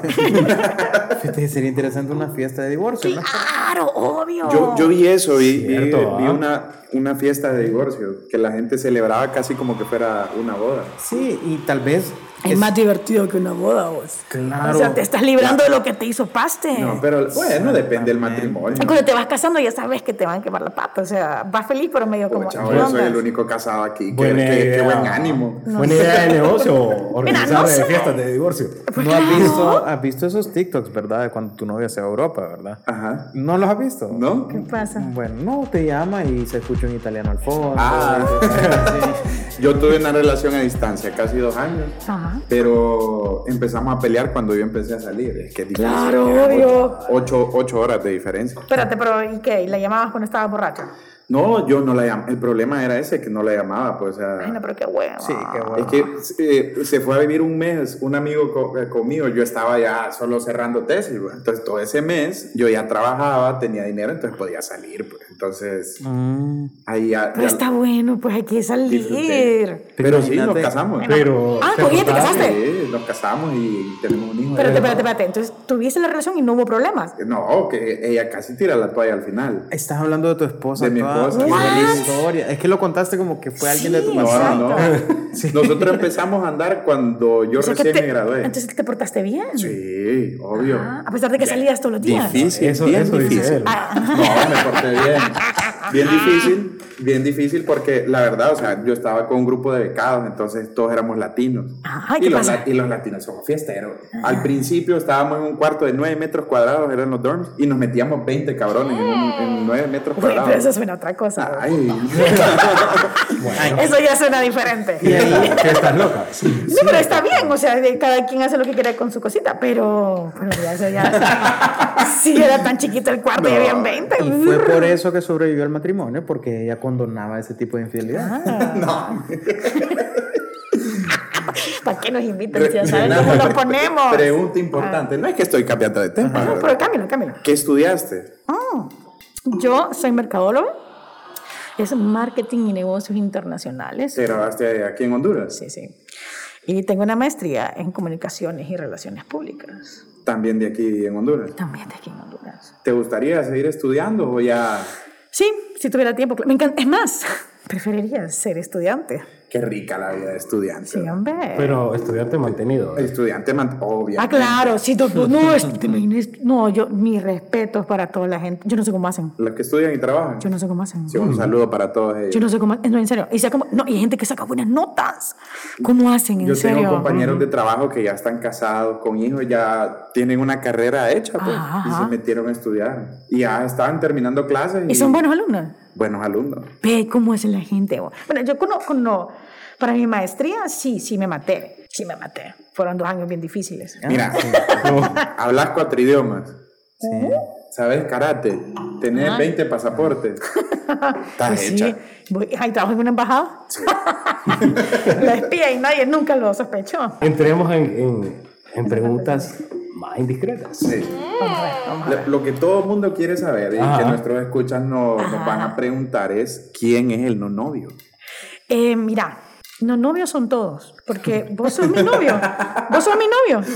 Fíjate, sería interesante una fiesta de divorcio, ¿no? Claro, obvio. Yo, yo vi eso, vi, vi- Cierto, vi ¿ah? una, una fiesta de divorcio que la gente celebraba casi como que fuera una boda. Sí, y tal vez. Es más divertido que una boda, vos. Claro. O sea, te estás librando de lo que te hizo paste. No, pero bueno, depende del matrimonio. Y Cuando te vas casando ya sabes que te van a quemar la pata. O sea, vas feliz pero medio como... Pues, chavo, ¿qué yo onda? soy el único casado aquí. Qué, Buena qué- qué idea. buen ánimo. Buena idea de negocio organizar no eh, sé. fiestas de divorcio. Pues No has claro. visto, has visto esos TikToks, ¿verdad? De cuando tu novia se va a Europa, ¿verdad? Ajá. ¿No los has visto? ¿No? ¿Qué pasa? Bueno, no, te llama y se escucha un italiano al fondo. Ah. Sí. Yo tuve una relación a distancia, casi dos años. Ajá. Pero empezamos a pelear cuando yo empecé a salir. Es que es difícil. Claro, Eran obvio. ocho- Ocho, ocho horas de diferencia. Espérate, pero ¿y qué? ¿Y ¿La llamabas cuando estaba borracha? No, yo no la llamaba. El problema era ese, que no la llamaba. Pues, o sea, Ay, no, pero qué huevo. Sí, qué bueno. Es que eh, se fue a vivir un mes un amigo co- eh, conmigo, yo estaba ya solo cerrando tesis, güey. entonces todo ese mes yo ya trabajaba, tenía dinero, entonces podía salir, pues. entonces Mm. ahí ya... Ah. Pero ya está bueno, pues hay que salir. disfruté. Pero sí, nos Imagínate. casamos. Pero. Ah, ¿se pues ya te acordaste? casaste. Sí, nos casamos y tenemos un hijo. Espérate, espérate, espérate. Entonces, tuviste la relación y no hubo problemas. No, que ella casi tira la toalla al final. Estás hablando de tu esposa. De mi toda- esposa. Qué What? buena historia. Es que lo contaste como que fue alguien de tu Sí, No, pasado. no, no. Nosotros empezamos a andar cuando yo O sea que recién te- me gradué. Entonces te portaste bien. Sí, obvio. Ah, a pesar de que salías todos los días. Difícil, Eso, bien eso difícil. dice él. Ah. No, me porté bien. Bien difícil, bien difícil porque la verdad, o sea, yo estaba con un grupo de becados, entonces todos éramos latinos. Ajá, ¿y y, qué los, pasa? la- y los latinos somos fiesteros. Al principio estábamos en un cuarto de 9 metros cuadrados, eran los dorms, y nos metíamos 20 cabrones en, un- en 9 metros Güey, pero eso cuadrados. suena a otra cosa. Ay, Eso ya suena diferente. Que estás loca. Sí. No, pero está bien, o sea, de- cada quien hace lo que quiere con su cosita, pero, pero ya, eso ya. si era tan chiquito el cuarto y No. habían 20. Y fue por eso que sobrevivió al matrimonio, porque ella condonaba ese tipo de infidelidad. ¿Para qué nos invitan? Si re- ya saben cómo Renata, lo ponemos. Pregunta importante, no es que estoy cambiando de tema. No, ¿verdad? pero cámbialo, cámbialo. ¿Qué estudiaste? Yo soy mercadóloga, es marketing y negocios internacionales. ¿Te grabaste aquí en Honduras? Sí, sí. Y tengo una maestría en comunicaciones y relaciones públicas, También de aquí en Honduras. también de aquí en Honduras. ¿Te gustaría seguir estudiando o ya? Sí, si tuviera tiempo, cla- me encanta. Es más, preferiría ser estudiante. Qué rica la vida de estudiante. Sí, hombre. Pero estudiante mantenido. ¿eh? Estudiante, man- obvio. Ah, claro, sí, doctor. No, es, te imaginas- no, yo, mis respetos para toda la gente. Yo no sé cómo hacen. Los que estudian y trabajan. Yo no sé cómo hacen. Sí, un saludo para todos ellos. Yo Yo, no sé cómo No, en serio. Y, sea como, no, y hay gente que saca buenas notas. ¿Cómo hacen? En tengo serio. compañeros de trabajo que ya están casados, con hijos, ya tienen una carrera hecha pues, Ajá, y ajá. se metieron a estudiar. Y ya estaban terminando clases. Y son buenos alumnos. buenos alumnos. Ve cómo es la gente. bo. Bueno, yo conozco, no. Para mi maestría, sí, sí me maté. Sí me maté. Fueron dos años bien difíciles. Mira, hablas cuatro idiomas, Sí. sabes karate, tenés 20 pasaportes. Estás Ah. Pues hecha. sí. Voy- ay, trabajo en una embajada. la espía y nadie nunca lo sospechó. Entremos en, en- en preguntas más indiscretas. Sí. Lo, lo que todo el mundo quiere saber y que Ajá. nuestros escuchas no- nos van a preguntar es quién es el no novio. Eh, mira, no novios son todos, porque vos sos mi novio. Vos sos mi novio.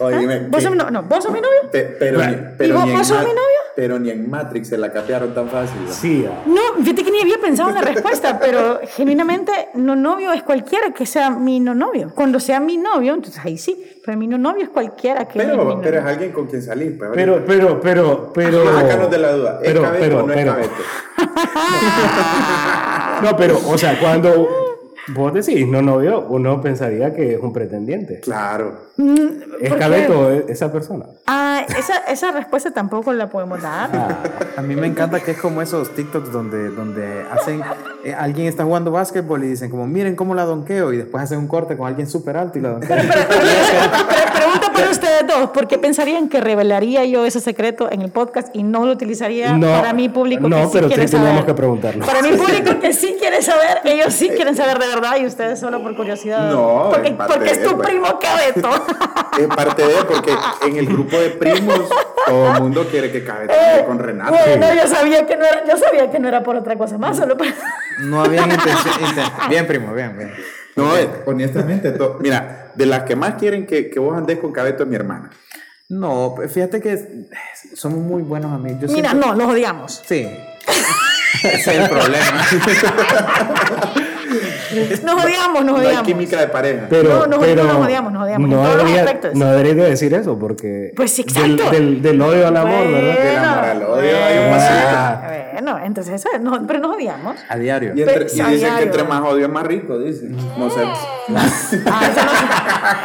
¿Ah? Óyeme, ¿Vos que- sos mi no, no, vos sos mi novio. Pe- pero, ni, pero, ¿Y vos- ni en vos sos Ma- mi novio? pero ni en Matrix se la capearon tan fácil. ¿no? Sí, ah, No, fíjate que ni había pensado en la respuesta, pero genuinamente no novio es cualquiera que sea mi no novio. Cuando sea mi novio, entonces ahí sí, pero mi no novio es cualquiera que es mi Pero, no pero es novio. alguien con quien salir. Pues, Pero, pero, pero, pero. ahorita. Ah, sácanos de la duda. ¿Es Pero, cabeto pero, o no es pero. cabeto? No, pero, o sea, cuando. Vos decís, no novio, uno pensaría que es un pretendiente. Claro. Es ¿Por qué? cabeto e- esa persona. Ah, esa, esa respuesta tampoco la podemos Ah. dar. A mí me encanta que es como esos TikToks donde, donde hacen, eh, alguien está jugando básquetbol y dicen como, miren cómo la donqueo y después hacen un corte con alguien súper alto y la donqueo. Pre- Pregunta para ustedes dos, ¿por qué pensarían que revelaría yo ese secreto en el podcast y no lo utilizaría No, para mi público no, que sí pero quiere sí teníamos saber? que preguntarlo. Para mi público que sí quiere saber, ellos sí quieren saber de verdad y ustedes solo por curiosidad. No, porque, en parte porque es tu pues. de- primo cabeto. Es parte de, porque en el grupo de primos todo el mundo quiere que Eh, Cabeto esté con Renato. bueno, yo sabía que no era, yo sabía que no era por otra cosa más, solo para- No habían intención. inten- bien, primo, bien, bien. No, eh, honestamente, to- mira, de las que más quieren que, que vos andes con Cabeto es mi hermana. No, pues, fíjate que es- somos muy buenos amigos. Yo Mira, siempre- no, los odiamos. Sí. Ese es el problema. Nos odiamos, nos No hay odiamos. química de pareja. Pero, No, nos- pero no nos odiamos, nos odiamos en No todos los debería, aspectos. no debería de decir eso, porque. Pues sí, del, exacto. Pues, del, del odio al amor, Bueno, ¿verdad? Del amor al odio hay un pasito. Bueno, entonces eso, es- no, pero nos odiamos. A diario. Y, entre- Pero- y dicen que Diario. entre más odio es más rico, dicen. No sé. Ah, eso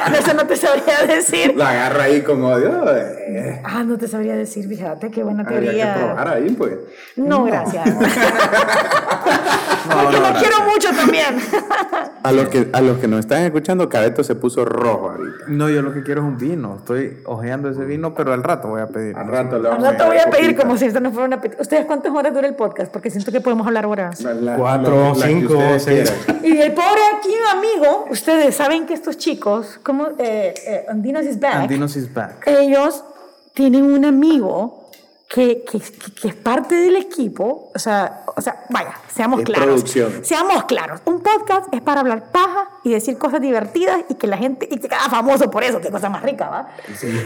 no, eso no te sabría decir. La agarra ahí con odio. eh, Ah, no te sabría decir, fíjate, qué buena habría que teoría. probar ahí, pues. No, gracias. Porque no, lo quiero mucho también. A los que, a los que nos están escuchando, Cabeto se puso rojo ahorita. No, yo lo que quiero es un vino. Estoy ojeando ese vino, pero al rato voy a pedir. Al rato le Al vamos rato voy a pedir copita. como si esto no fuera una peti- ¿Ustedes cuántas horas dura el podcast? Porque siento que podemos hablar horas. La- la- Cuatro, la que cinco, ustedes seis. quieran. Y el pobre aquí, amigo, ustedes saben que estos chicos, como eh, eh, Andinos is back, Andinos is back. ellos tienen un amigo que, que- que- que es parte del equipo. O sea, o sea vaya, seamos Es claros. producción. Seamos claros. Un podcast es para hablar paja y decir cosas divertidas y que la gente y que cada famoso por eso, qué cosa más rica, ¿va?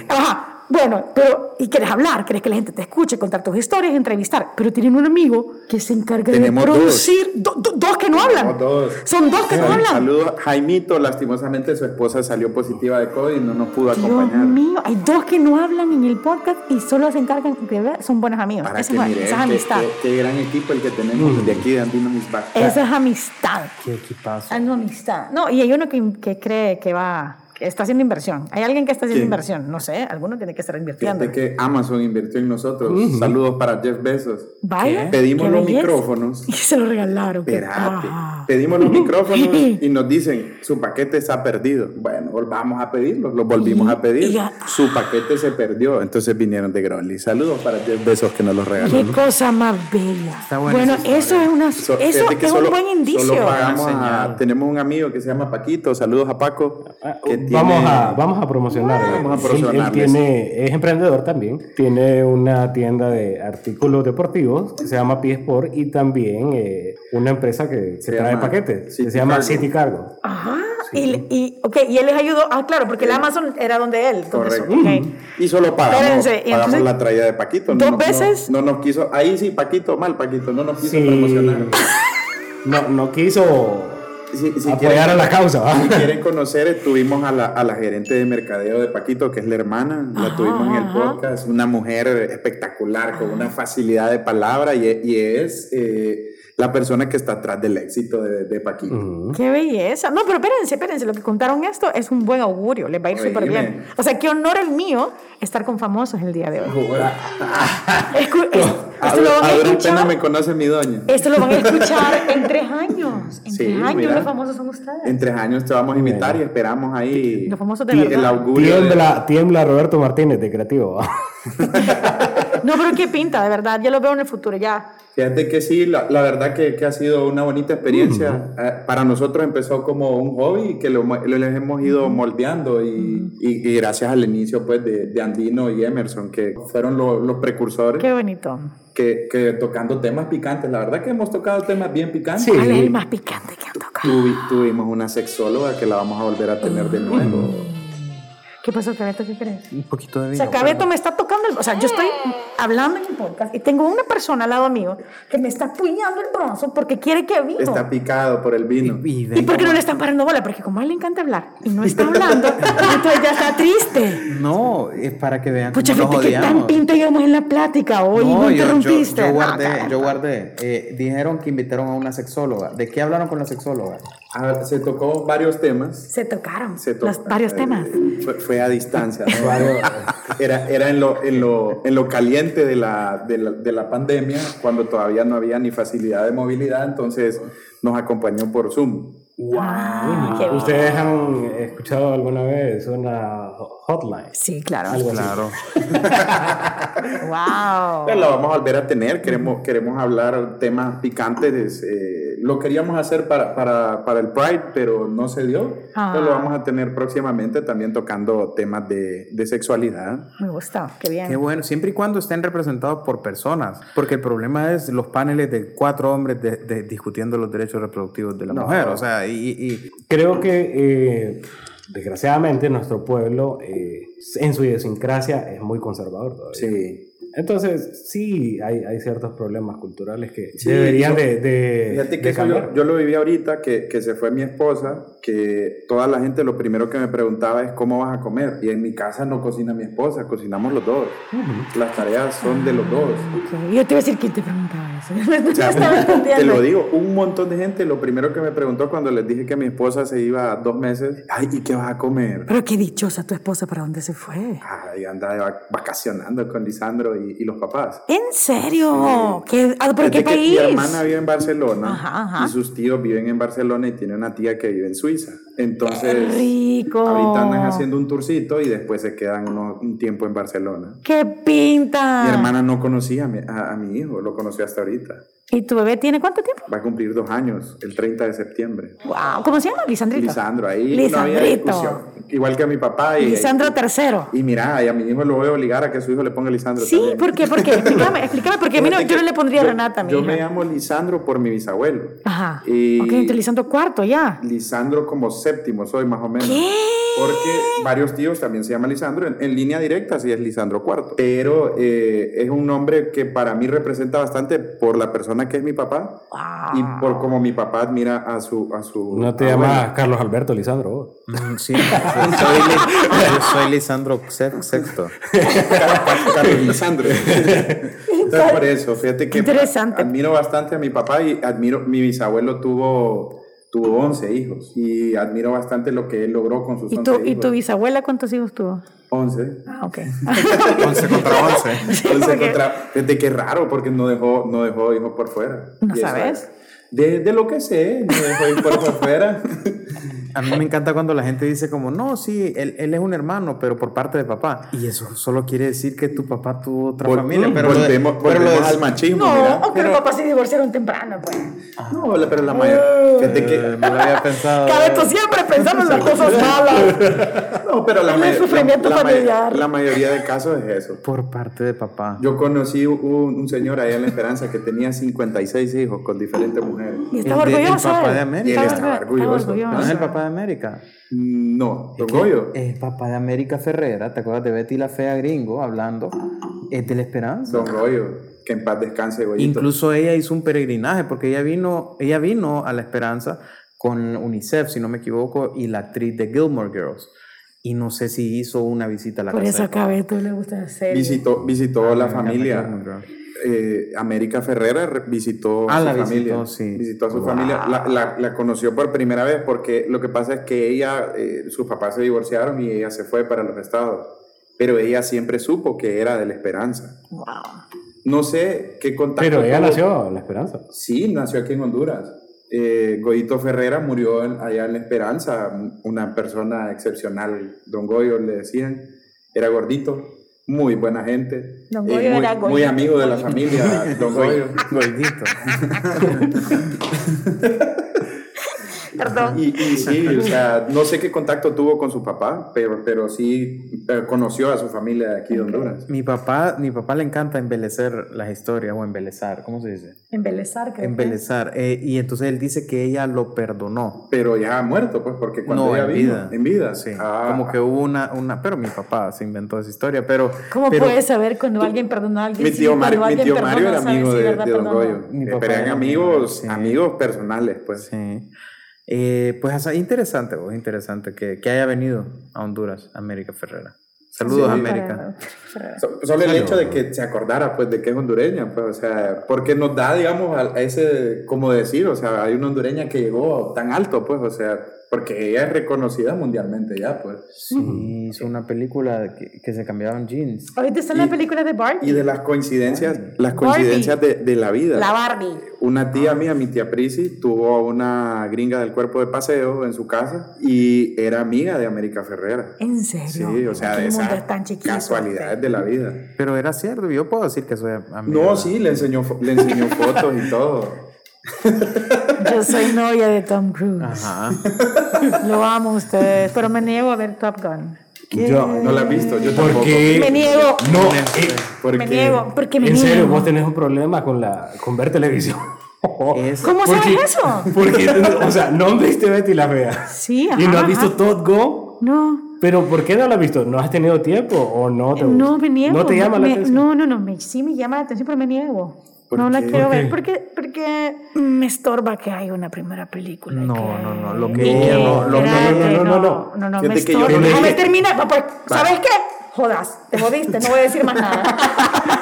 Ajá. Bueno, pero y quieres hablar, quieres que la gente te escuche, contar tus historias, entrevistar, pero tienen un amigo que se encarga Tenemos de dos. producir do- do- dos que no hablan. Tenemos dos. Son dos que no hablan. Saludos, Jaimito. Lastimosamente, su esposa salió positiva de COVID y no nos pudo Dios acompañar. mío, hay dos que no hablan en el podcast y solo se encargan, de verdad, son buenos amigos. Para Esa que es, miren esa es qué- amistad. Qué, qué gran equipo el que tenemos de aquí de Andino Misbach. Esa es amistad. Qué equipazo. Ah, no, amistad. No, y hay uno que, que cree que va, que está haciendo inversión. Hay alguien que está haciendo ¿Quién? inversión. No sé, alguno tiene que estar invirtiendo. Fíjate que Amazon invirtió en nosotros. Saludos para Jeff Bezos. Vaya. qué Pedimos los belleza. Ah. micrófonos. Y se lo regalaron. qué Espérate. paja. Pedimos los micrófonos y nos dicen, su paquete está perdido. Bueno, volvamos a pedirlos, los volvimos a Y pedir. ya- Su paquete se perdió. Entonces vinieron de Growly. Saludos para Jeff Bezos que nos los regaló. Qué ¿no? cosa más bella. Está buena bueno, esa historia. eso es, una, So- eso fíjate que es solo- un buen indicio. solo pagamos a- Buena señal. tenemos un amigo que se llama Paquito. Saludos a Paco. Ah, que Vamos, tiene- a, vamos a promocionarlo. Vamos a Sí, él promocionarles. tiene, es emprendedor también. Tiene una tienda de artículos deportivos que se llama PSport y también eh, una empresa que se, Se trae llama paquetes. que City se llama Cargo. City Cargo. Ajá. Y, y, ok, y él les ayudó. Ah, claro, porque el Amazon era donde él. donde su- Correcto. Mm. ok. Y solo pagamos, Espérense, y pagamos entonces- la traída de Paquito. ¿Dos no, veces? No, no nos quiso. Ahí sí, Paquito, mal Paquito, no nos quiso Sí. promocionar. No, no quiso Si, si apoyar quieren, a la causa. ¿va? si quieren conocer, estuvimos a la, a la gerente de mercadeo de Paquito, que es la hermana. La Ajá, tuvimos en el ajá. podcast. Una mujer espectacular, con una facilidad de palabra y, e- y es eh, la persona que está atrás del éxito de, de Paquito. Ujú. Qué belleza. No, pero espérense, espérense. Lo que contaron esto es un buen augurio. Les va a ir súper bien. Oíme. O sea, qué honor el mío estar con famosos el día de hoy. Escu- es- esto, lo van a A duras penas me escuchar, conoce mi doña. esto lo van a escuchar en tres años. En Sí, tres años mira. los famosos son ustedes. En tres años te vamos a invitar y esperamos ahí Los famosos de y el verdad. augurio. de- Tiembla, tiembla Roberto Martínez de Creativo. ¿va? No, pero qué pinta, de verdad. Yo lo veo en el futuro, ya. Fíjate que sí, la, la verdad que, que ha sido una bonita experiencia. Eh, Para nosotros empezó como un hobby que lo, mo- lo les hemos ido moldeando y, y- y gracias al inicio pues de, de Andino y Emerson, que fueron lo- los precursores, Qué bonito. que, que tocando temas picantes. La verdad que hemos tocado temas bien picantes. Sí. ¿Cuál es el más picante que han tocado? Tuvi- tuvimos una sexóloga que la vamos a volver a tener de nuevo. ¿Qué pasó, Cabeto? ¿Qué crees? Un poquito de O vino. sea, Cabeto me está tocando el... O sea, yo estoy hablando en el podcast y tengo una persona al lado mío que me está apuñando el bronzo porque quiere que viva. Está picado por el vino. Y ¿Y ven por qué no cómo- le están parando bola? Porque como a él le encanta hablar y no está hablando, entonces ya está triste. No, es para que vean Pucha, cómo nos fíjate que tan odiamos. pinta íbamos en la plática hoy, no, yo- yo, interrumpiste. yo No, guardé, caray. yo guardé. Eh, dijeron que invitaron a una sexóloga. ¿De qué hablaron con la sexóloga? Ah, se tocó varios temas. Se tocaron Se tocó- los varios eh, temas. Fue, fue a distancia. ¿no? era era en, lo, en, lo, en lo caliente de la, de, la, de la pandemia, cuando todavía no había ni facilidad de movilidad, entonces nos acompañó por Zoom. Ah, qué bien. ¿Ustedes han escuchado alguna vez una hotline? Sí, claro. Algo así. Claro. Wow. Pero la vamos a volver a tener, queremos, queremos hablar temas picantes. eh, lo queríamos hacer para, para, para el Pride, pero no se dio. Ah. Pero lo vamos a tener próximamente también tocando temas de, de sexualidad. Me gusta, qué bien. Qué bueno, siempre y cuando estén representados por personas, porque el problema es los paneles de cuatro hombres de- de- discutiendo los derechos reproductivos de la mujer, o sea, y, y- y- Creo que, eh, desgraciadamente, nuestro pueblo, eh, en su idiosincrasia, es muy conservador todavía. Sí. Entonces, sí, hay, hay ciertos problemas culturales que deberían de, de- Fíjate eh, que de eso yo, cambiar. yo lo viví ahorita, que, que se fue mi esposa, que toda la gente lo primero que me preguntaba es cómo vas a comer. Y en mi casa no cocina mi esposa, cocinamos los dos. Las tareas son de los dos. Ok, Yo te iba a decir quién te preguntaba eso. Yo O sea, estaba te entendiendo. lo digo, un montón de gente lo primero que me preguntó cuando les dije que mi esposa se iba dos meses, ay, ¿y qué vas a comer? Pero qué dichosa tu esposa, ¿para dónde se fue? Ay, anda de vac- vacacionando con Lisandro y, y los papás. ¿En serio? ¿Qué, ah, ¿Pero qué Fíjate que país? Mi hermana vive en Barcelona Ajá, ajá. y sus tíos viven en Barcelona y tiene una tía que vive en Suiza. Qué Entonces, rico. pues, ahorita andan haciendo un tourcito y después se quedan uno- un tiempo en Barcelona. ¡Qué pinta! Mi hermana no conocía a mi, a- a mi hijo, lo conoció hasta ahorita. ¿Y tu bebé tiene cuánto tiempo? Va a cumplir dos años, el 30 de septiembre. Wow. ¿Cómo se llama? Lisandrito. Lisandro, ahí no había Lisandrito. discusión. Igual que a mi papá. Y, Lisandro tercero. Y mira, y a mi hijo lo voy a obligar a que su hijo le ponga Lisandro. Sí, también. ¿por qué? ¿Por qué? Explícame, explícame, porque a mí no, Fíjate yo no que le pondría yo- Renata a mi Yo hija. me llamo Lisandro por mi bisabuelo. Ajá. Y- Ok, entonces Lisandro cuarto ya. Lisandro como séptimo soy más o menos. ¿Qué? Porque varios tíos también se llaman Lisandro. En, en línea directa sí es Lisandro Cuarto. Pero eh, es un nombre que para mí representa bastante por la persona que es mi papá Wow. y por cómo mi papá admira a su... A su No te abuelo. llamas Carlos Alberto Lisandro. vos. Mm, sí, soy, soy Li- yo soy Lisandro Se- Sexto. Carlos Lisandro. Entonces, por eso, fíjate que Interesante. admiro bastante a mi papá y admiro, mi bisabuelo tuvo, tuvo 11 hijos y admiro bastante lo que él logró con sus ¿Y 11 tu, ¿Y hijos. tu bisabuela cuántos hijos tuvo? 11. Ah, ok. 11 contra 11. Sí, Entonces, porque- contra- fíjate que raro porque no dejó, no dejó hijos por fuera. No Y eso sabes. es. De, de lo que sé, no dejó hijos por fuera. A mí me encanta cuando la gente dice como, no, sí, él, él es un hermano, pero por parte de papá. Y eso solo quiere decir que tu papá tuvo otra Vol- Mm, familia. Pero lo de- volvemos pero lo de- volvemos al machismo. no, mira. oh, pero papá se divorciaron temprano, pues. No, la- pero la mayor. Fíjate Eh, que, no lo había pensado. Cabeto siempre pensamos en las cosas malas. no, pero la, El mayor- sufrimiento la- la may- familiar. la mayoría de casos es eso. Por parte de papá. Yo conocí un, un señor allá en La Esperanza que tenía 56 hijos con diferentes mujeres. Y estaba El de- el orgulloso. papá él. de América. Él estaba orgulloso. ¿No es el papá de América? Mm, No, Don Goyo. Es papá de América Ferrera, ¿te acuerdas de Betty la Fea Gringo hablando? Es de la esperanza. Don Goyo. Que en paz descanse, Goyito. Incluso ella hizo un peregrinaje porque ella vino, ella vino a la esperanza con UNICEF, si no me equivoco, y la actriz de Gilmore Girls. Y no sé si hizo una visita a la Por casa. eso de a Cabeto le gusta hacer. Visitó, visitó la papá. familia. Gilmore Girls. eh, América Ferrera re- visitó Ah, a su la familia. visitó, sí. Visitó a su familia. La, la- la conoció por primera vez porque lo que pasa es que ella, eh, sus papás se divorciaron y ella se fue para los estados. Pero ella siempre supo que era de la esperanza. Wow. No sé qué contacto. Pero ella tuvo- nació en La Esperanza. Sí, nació aquí en Honduras. Eh, Goyito Ferrera murió en- allá en La Esperanza, una persona excepcional. Don Goyo le decían, era gordito, muy buena gente. eh, Don Goyo muy, era muy gordito. amigo de la familia, Don Goyo. Gordito. Perdón. Y, y sí, o sea, no sé qué contacto tuvo con su papá, pero, pero sí eh, conoció a su familia de aquí de Honduras. Mi papá, mi papá le encanta embelecer las historias o embelezar, ¿cómo se dice? Embelezar, creo. que es. Embelezar. Eh, y entonces él dice que ella lo perdonó. Pero ya ha muerto, pues, porque cuando no, ella en vino- vida. En vida, Sí. Ah, Como que hubo una, una. Pero mi papá se inventó esa historia. Pero. ¿Cómo pero puedes saber cuando alguien perdonó a alguien? Mi Sí, tío, Mario, cuando mi alguien tío perdona, Mario era sabes amigo si de, verdad de Don perdonó. Goyo. Mi Eh, papá Pero eran era mi amigos, amigo, sí. amigos personales, pues. Sí. oh, Eh, pues o sea, interesante, vos, interesante que, que haya venido a Honduras, América Ferrera. Saludos, Sí. América. So- Solo el Claro. hecho de que se acordara, pues, de que es hondureña, pues, o sea, porque nos da, digamos, a, a ese, como decir, o sea, hay una hondureña que llegó tan alto, pues, o sea, porque ella es reconocida mundialmente ya, pues. Sí, hizo una película que, que se cambiaban jeans. Ahorita está en la Y- película de Y Barbie. de las coincidencias, las coincidencias de, de la vida. La Barbie. Una Ah. tía mía, mi tía Prisi, tuvo a una gringa del cuerpo de paseo en su casa y era amiga de América Ferrera. En serio. Sí, o sea, Qué de mundo esas es tan chiquito. este. casualidades de la vida. Pero era cierto, yo puedo decir que soy amiga. No, sí, le enseñó, fo- le enseñó fotos y todo. Yo soy novia de Tom Cruise. Ajá. Lo amo a ustedes, pero me niego a ver Top Gun. Yo, No la has visto, yo tampoco. porque Me niego. no, Porque Me niego, porque eh, me en niego. serio, vos tenés un problema con la con ver televisión. Es- ¿Cómo Porque- sabes eso? Porque, o sea, no viste Betty la fea. Sí, Y no ajá, has visto ajá. Todd Go. No, Pero ¿por qué no la has visto? ¿No has tenido tiempo o no te gusta? Eh, no me niego. ¿No te llama me- la atención? No, no, no, me- sí me llama la atención, pero me niego. ¿Por No la qué? quiero ¿Por qué? ver porque, porque me estorba que hay una primera película. y No, que- no, no, lo y que ella no- lo- no, espérate, no, no, no, no. no, no, me Fíjate que yo- estorba. Tenés Déjame que- terminar, papá. ¿sabes qué? Jodas, te jodiste, no voy a decir más nada.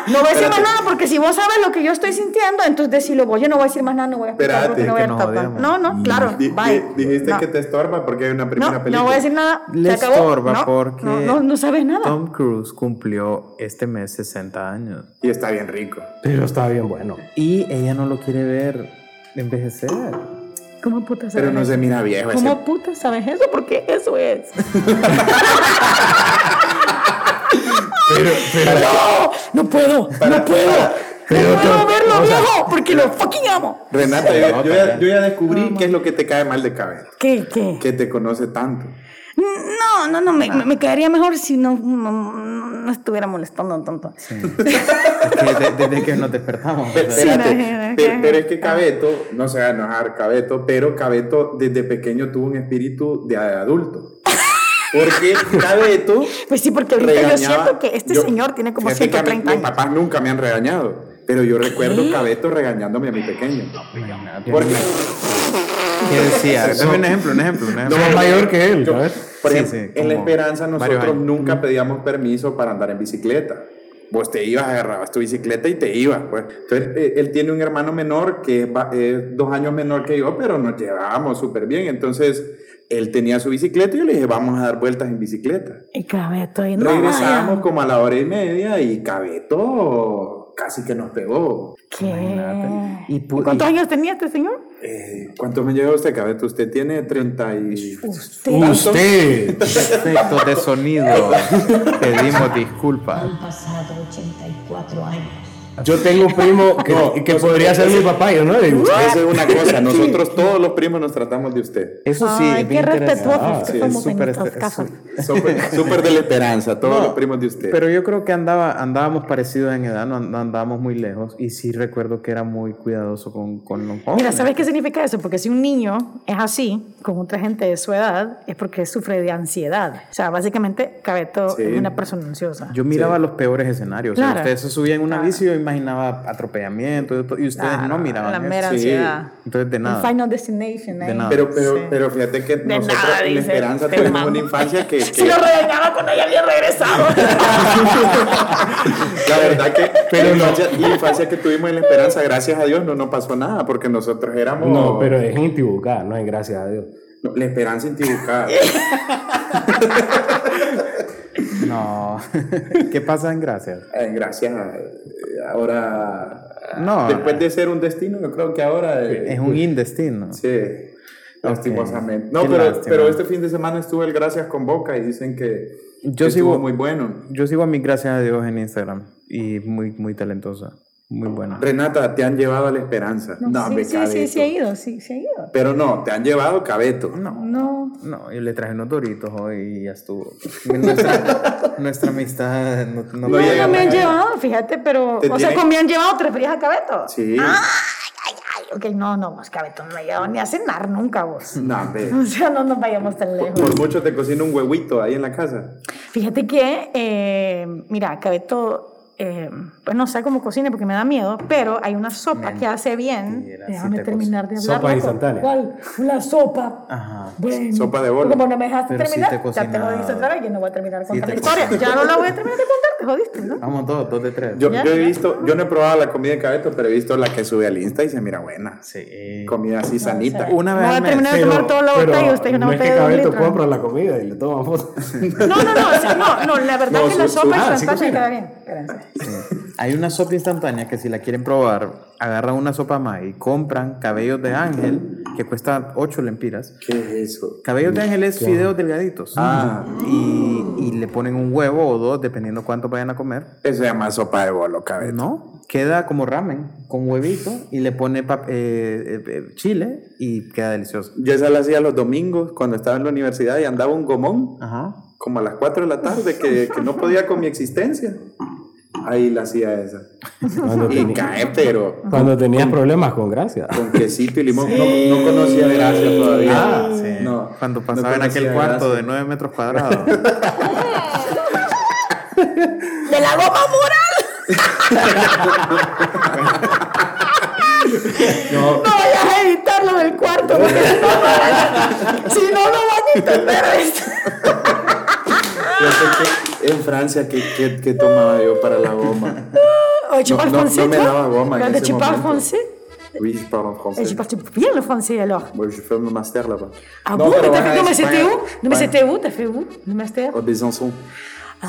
No voy a decir más nada porque si vos sabes lo que yo estoy sintiendo, entonces decilo vos. Yo no voy a decir más nada, no voy a explicar Espérate, porque no que voy a nos tapar. odiamos. No, no, claro, Di- di- bye. dijiste No. que te estorba porque hay una primera No, película. no voy a decir nada. Le se acabó. estorba no, porque No, no, no sabes nada. Tom Cruise cumplió este mes 60 años. Y está bien rico. Pero está bien bueno. Y ella no lo quiere ver envejecer. ¿Cómo puta sabes Pero no eso? se mira viejo. ese- ¿Cómo puta sabes eso? Porque eso es. no, no puedo, no puedo. no puedo verlo viejo porque lo fucking amo. Renata, yo, yo ya, yo ya descubrí qué es lo que te cae mal de cabeza. ¿Qué, qué? Que te conoce tanto. No, no, no, me, me- me quedaría mejor si no, no, no estuviera molestando tanto. Es que de- desde que nos despertamos. o Pe- sea, Sí, Espérate, no, no, pe- no, pero no. es que Cabeto, no se va a enojar Cabeto, pero Cabeto desde pequeño tuvo un espíritu de adulto. Porque Cabeto Pues sí, porque ahorita yo regañaba- siento que este yo- señor tiene como fíjate que a mí- 130 años. Mis papás nunca me han regañado, pero yo recuerdo ¿Qué? Cabeto regañándome a mi pequeño. Porque, ¿Qué decía? Dame un ejemplo, un ejemplo, un ejemplo. No más mayor que él, ¿sabes? por Sí, ejemplo, sí, en La como Esperanza varios nosotros años. nunca pedíamos permiso para andar en bicicleta. Vos te ibas, agarrabas tu bicicleta y te ibas. Pues. Entonces, eh, él tiene un hermano menor que es va- es dos años menor que yo, pero nos llevábamos súper bien. Entonces, él tenía su bicicleta y yo le dije, vamos a dar vueltas en bicicleta. Y cabeto ahí no. Regresábamos vaya. como a la hora y media y Cabeto casi que nos pegó. ¿Qué? Y pu- ¿Cuántos años tenía este señor? Eh, ¿Cuántos me lleva usted, Cabeto? Usted tiene 30 y... Usted. Usted. Efectos de sonido. Pedimos disculpas. Han pasado 84 años. Yo tengo un primo que, que podría ser mi papá, yo no le Uh. digo. Eso es una cosa. Nosotros todos los primos nos tratamos de usted. Eso sí, Ay, es bien qué interesante. respetuosos que Ah, Sí, somos en súper este, estas estre- casas. Súper este- súper de la esperanza, todos No, los primos de usted. Pero yo creo que andaba, andábamos parecidos en edad, no and- no andábamos muy lejos. Y sí recuerdo que era muy cuidadoso con, con los jóvenes. Mira, ¿sabes qué significa eso? Porque si un niño es así, con otra gente de su edad, es porque sufre de ansiedad. O sea, básicamente, Cabeto Sí. es una persona ansiosa. Yo miraba los peores escenarios. O Claro. sea, ustedes se subían en una Claro. bici y yo imaginaba atropellamiento y, todo, y ustedes Claro, no miraban La eso. mera Sí. ansiedad. Entonces, de El nada. Final Destination, De ¿eh? nada. Ah, Pero, pero, Sí. pero fíjate que De nosotros nada, en dice, Esperanza te tuvimos mamo. una infancia que, Si que lo regañaba cuando ya había regresado. la verdad que Pero no. la, infancia, la infancia que tuvimos en la Esperanza, gracias a Dios, no nos pasó nada porque nosotros éramos No, pero es intibucada, no es gracias a Dios. No, la Esperanza intibucada. Eh. No. ¿Qué pasa en gracias? Eh, gracias. a- eh, Ahora, No. después de ser un destino, yo creo que ahora eh, Es un indestino. Sí, lastimosamente. No, Qué pero, lástima. pero este fin de semana estuvo el Gracias con Boca y dicen que, Yo que sigo- estuvo muy bueno. Yo sigo a mi gracias a Dios en Instagram. Y muy, muy talentosa. Ah. Muy buena. Renata, te han llevado a la esperanza. No, sí, hombre, sí, sí, Ah. sí ha Cabeto. ido, sí, sí ha ido. Pero no, te han llevado cabeto. No. No. No, yo le traje unos doritos hoy y ya estuvo. Nuestra, nuestra amistad no, no- No No, llega no me más han allá. llevado, fíjate, pero. Te O sea, tienen- ¿con me han llevado? ¿Te referías a Cabeto? Sí. Ay, ay, ok, no, no, vos, Cabeto, no me ha llevado ni a cenar nunca, vos. No, hombre. O sea, no nos vayamos tan Ah, lejos. Mm. Por mucho te cocina un huevito ahí en la casa. Fíjate que, eh, mira, Cabeto eh, pues no sé cómo cocine porque me da miedo, pero hay una sopa que hace bien. Mentira, sí Déjame te terminar de hablar. Sopa loco. instantánea. ¿Cuál? Una sopa. Ajá. Bueno. Sopa de bola. Como no me dejaste Pero sí terminar, te ya te cocinaba. jodiste otra vez, yo no voy a terminar de Sí contar te la historia. Ya no la voy a terminar de contar, te jodiste, Ah, ¿no? Vamos dos, dos de tres. Yo, Ya, yo he ya. visto, yo no he probado la comida de cabeto, pero he visto la que sube al Insta y se mira buena. Sí. Comida así sanita. Una No vez voy a al mes. terminar de Pero- tomar toda la pero botella, usted es una no es que botella de dos Cabeto litros. compra la comida y le toma fotos. No, no, no, o sea, no, no, la verdad No, es que la su- su- sopa ah, sí instantánea cocina. queda bien. Gracias. Hay una sopa instantánea que si la quieren probar, agarran una sopa más y compran cabellos de ángel que cuesta 8 lempiras. ¿Qué es eso? Cabellos de ángel es fideos delgaditos. Ah. Y, y le ponen un huevo o dos, dependiendo cuánto vayan a comer. Eso se llama sopa de bolo, cabeto. eh, No, queda como ramen, con huevito y le pone pap- eh, eh, eh, chile y queda delicioso. Yo esa la hacía los domingos cuando estaba en la universidad y andaba un gomón Ajá. como a las 4 de la tarde que, que no podía con mi existencia. Ahí la hacía esa. Cuando, Y teni- cae, pero cuando tenías problemas con gracia. con quesito y limón. No, no conocía gracia todavía. Ah, sí. No, Cuando no pasaba en conocía aquel cuarto gracia. de 9 metros cuadrados. ¡De la goma moral! no. vayas a editarlo del cuarto, porque si no, si no, no van a entender esto. Yo sé que en Francia, ¿qué, qué, qué tomaba yo para la goma? O chupar no, no Fonsi, me toi? daba goma en Quand ese tu parles momento. français? Oui, je parle en français. Et tu parles Eh, bien le français alors. Moi, je fais mon master là-bas. Ah bon, mais pero t'as vas fait a non, mais c'était España. où Non, mais Vas- c'était où T'as fait où le master A Besançon.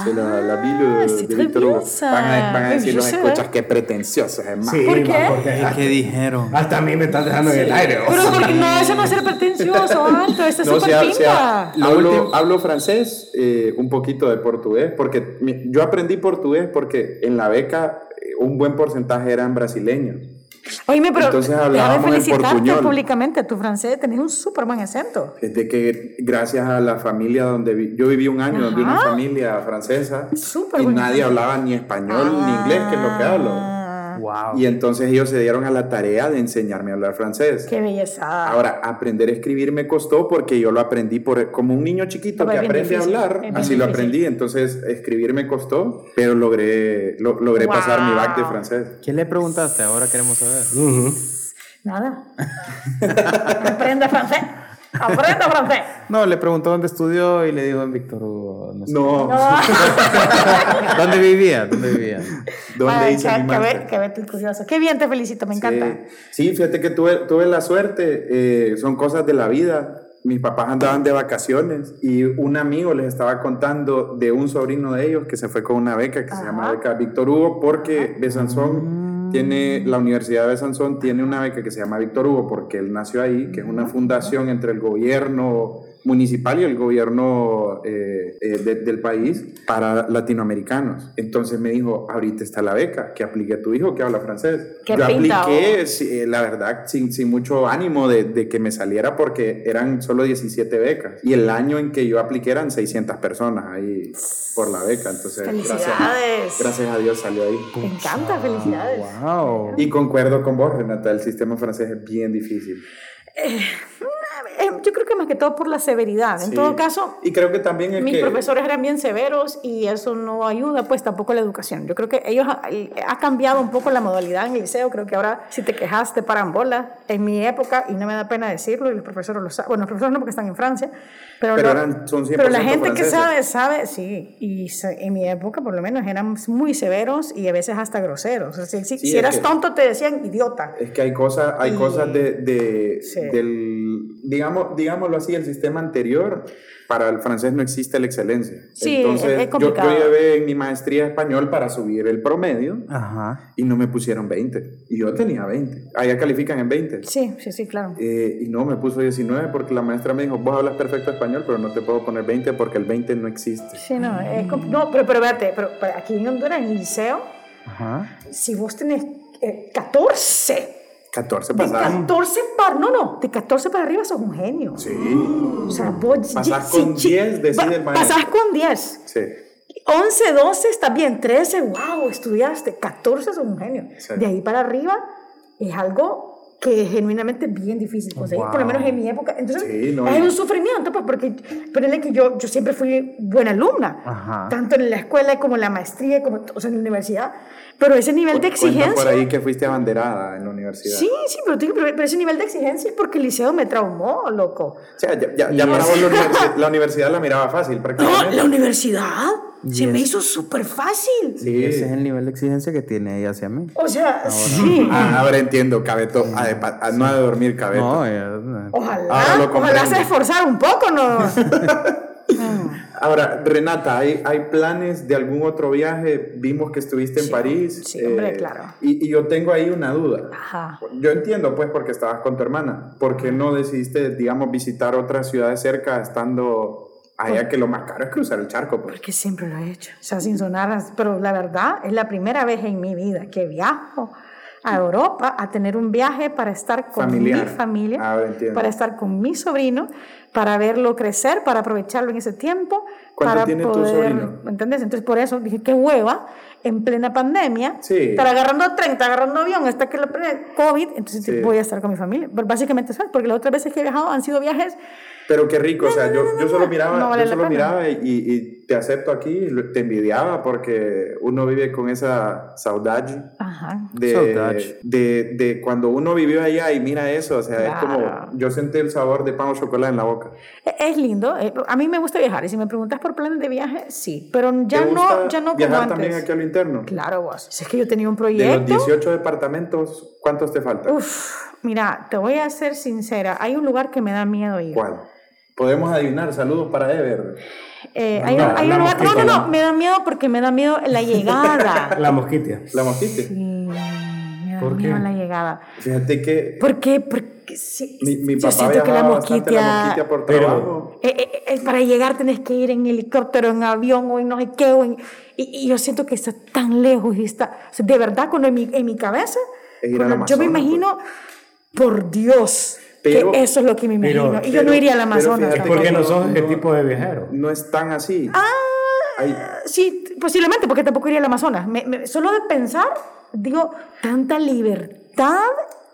C'est la, la ville Ah, euh, c'est de très Victor bien, Hugo. ça. Van a, van a Oui, decir je los sais, escuchas ouais. que pretenciosos, es más. ¿Por qué? ma, porque ¿Qué dijeron? hasta a mí me estás dejando en el aire. Pero porque no, eso no es ser pretencioso, Anto, eso es No, ah. súper sea, sea, pinta. hablo, hablo francés, eh, un poquito de portugués, porque mi- yo aprendí portugués porque en la beca eh, un buen porcentaje eran brasileños. Oíme, pero Entonces déjame hablábamos en felicitarte portuñol. públicamente, tu francés, tenés un súper buen acento. Desde que gracias a la familia donde vi- yo viví un año, donde una Ajá. familia francesa, Súper y buena nadie familia. hablaba ni español ni inglés, que es lo que hablo. Ah, Wow. Y entonces ellos se dieron a la tarea de enseñarme a hablar francés. Qué belleza. Ahora, aprender a escribir me costó porque yo lo aprendí por, como un niño chiquito Pero que es bien aprende difícil, a es hablar, bien así lo difícil. aprendí, entonces escribir me costó, pero logré, lo- logré Wow. pasar mi back de francés. ¿Qué le preguntaste? Ahora queremos saber. Ujú. Nada. Aprenda francés. Aprenda francés. No, le preguntó dónde estudió y le dijo en Víctor Hugo. No. sé. No, ¿Dónde vivía? ¿Dónde vivía? ¿dónde Ay, hice qué- mi qué máster? be- qué be- curioso. Qué bien, te felicito, me encanta. Sí, sí, fíjate que tuve, tuve la suerte, eh, son cosas de la vida. Mis papás andaban de vacaciones y un amigo les estaba contando de un sobrino de ellos que se fue con una beca que se llama Ajá. Mm. Beca Víctor Hugo porque Besanzón tiene, la Universidad de Besanzón tiene una beca que se llama Víctor Hugo porque él nació ahí, que es una fundación entre el gobierno municipal y el gobierno eh, eh, de- del país para latinoamericanos. Entonces me dijo, ahorita está la beca, que aplique a tu hijo que habla francés. Qué Yo pinta, apliqué, sí, eh, la verdad, sin, sin mucho ánimo de, de que me saliera porque eran solo 17 becas. Y el año en que yo apliqué eran 600 personas ahí por la beca. Entonces, Felicidades. Gracias, gracias a Dios salió ahí. Me encanta, felicidades. Ah, Wow. Y concuerdo con vos, Renata, el sistema francés es bien difícil. Eh, Yo creo que más que todo por la severidad. En Sí. todo caso, Y creo que también el mis que... profesores eran bien severos y eso no ayuda, pues tampoco a la educación. Yo creo que ellos ha, ha cambiado un poco la modalidad en el liceo. Creo que ahora, si te quejas, te paran bola. En mi época, y no me da pena decirlo, y los profesores lo saben, bueno, los profesores no porque están en Francia, pero, Pero lo- eran- son pero la 100% gente que franceses. sabe, sabe, sí. Y se- en mi época, por lo menos, eran muy severos y a veces hasta groseros. O sea, si, si es eras que- tonto, te decían idiota. Es que hay cosas, hay Y- cosas de, de- Sí. del, digamos, digámoslo así, el sistema anterior. Para el francés no existe la excelencia. Sí, Entonces, es- es yo- complicado. Yo, llevé en mi maestría español para subir el promedio Ajá. y no me pusieron 20. Y yo tenía 20. Allá califican en 20. Sí, sí, sí, claro. Eh, y no, me puso 19 porque la maestra me dijo, vos hablas perfecto español, pero no te puedo poner 20 porque el 20 no existe. Sí, no, es compl- no pero, pero espérate, pero, pero aquí en Honduras, en el liceo, Ajá. si vos tenés eh, 14, 14 de pasadas. 14 para, no, no, de 14 para arriba sos un genio. Sí, O sea, vos Pasás ye- con chi- 10, decide el maestro. Pasás con 10. sí. 11, 12, está bien. 13, wow, estudiaste. 14 sos un genio. Sí. De ahí para arriba es algo que genuinamente es bien difícil conseguir, por lo menos en mi época. Entonces, Sí, no. es un sufrimiento, pues, porque ponerle que yo, yo siempre fui buena alumna, Ajá. tanto en la escuela como en la maestría, como o sea, en la universidad, pero ese nivel de exigencia... Cuenta por ahí que fuiste abanderada en la universidad. Sí, sí, pero, te digo, pero- pero ese nivel de exigencia es porque el liceo me traumó, loco. O sea, ya, ya, ya para vos la, universi- la universidad la miraba fácil No, prácticamente. ¡Ah! la universidad se Yes. me hizo súper fácil. Sí. Ese es el nivel de exigencia que tiene ella hacia mí. O sea, sí. Ah, ahora entiendo, cabeto. Ah, de pa- ah, No ha de dormir, cabeto. No, ella- Ahora lo Ojalá, ojalá comprendo. se esforzara un poco, ¿no? Ahora, Renata, ¿hay, ¿hay planes de algún otro viaje? Vimos que estuviste en París. eh, sí, hombre, claro. Y, y yo tengo ahí una duda. Ajá. Yo entiendo, pues, porque estabas con tu hermana. ¿Por qué no decidiste, digamos, visitar otras ciudades cerca estando allá que lo más caro es cruzar el charco? Pues. Porque siempre lo he hecho, o sea, sin sonar, as- pero la verdad es la primera vez en mi vida que viajo a Europa a tener un viaje para estar con Familiar. mi familia, Ahora entiendo. para estar con mi sobrino, para verlo crecer, para aprovecharlo en ese tiempo. ¿Cuánto para tiene tu sobrino? ¿me ¿Entendés? Entonces por eso dije, qué hueva, en plena pandemia, Sí. estar agarrando tren, estar agarrando avión, hasta que la pre- COVID, entonces Sí. voy a estar con mi familia. Pero básicamente eso es, porque las otras veces que he viajado han sido viajes Pero qué rico, o sea, yo, yo solo miraba, No vale yo la solo pena. miraba y, y te acepto aquí, lo- te envidiaba porque uno vive con esa saudade ajá, de, Saudade. de, de cuando uno vivió allá y mira eso, o sea, es Claro. como yo sentí el sabor de pan o chocolate en la boca. E- Es lindo, eh, a mí me gusta viajar y si me preguntas por planes de viaje, sí, pero ya ¿Te no, gusta ya no como viajar antes. también aquí a lo interno. Claro, vos. Si es que yo tenía un De los proyecto. 18 departamentos, ¿cuántos te faltan? Uf, mira, te voy a ser sincera, hay un lugar que me da miedo ir. ¿Cuál? Podemos adivinar, saludos para Ever. Eh, hay, No, un- hay un la lugar, no, mosquita, no, la no, me da miedo porque me da miedo la llegada. La mosquitia. ¿La mosquite? Sí, me da ¿Por qué? miedo la llegada. Fíjate que ¿Por qué? Porque sí, mi, mi yo papá siento que la viajaba bastante a la mosquitia... mosquitia por Pero- trabajo. Eh, eh, eh, para llegar tenés que ir en helicóptero, en avión o en no sé qué. o en- y, y yo siento que está tan lejos y está... o sea, de verdad, cuando en mi, en mi cabeza, Es ir al cuando yo me Amazonas, pues. imagino, por Dios, Pero- que eso es lo que me pero- imagino. y yo pero- no iría al pero Amazonas. fíjate Es que- tampoco. porque no sos No. ese tipo de viajero. no es tan así. Hay- Ah, Sí, posiblemente, porque tampoco iría al Amazonas. Me- me- solo de pensar, digo, tanta libertad.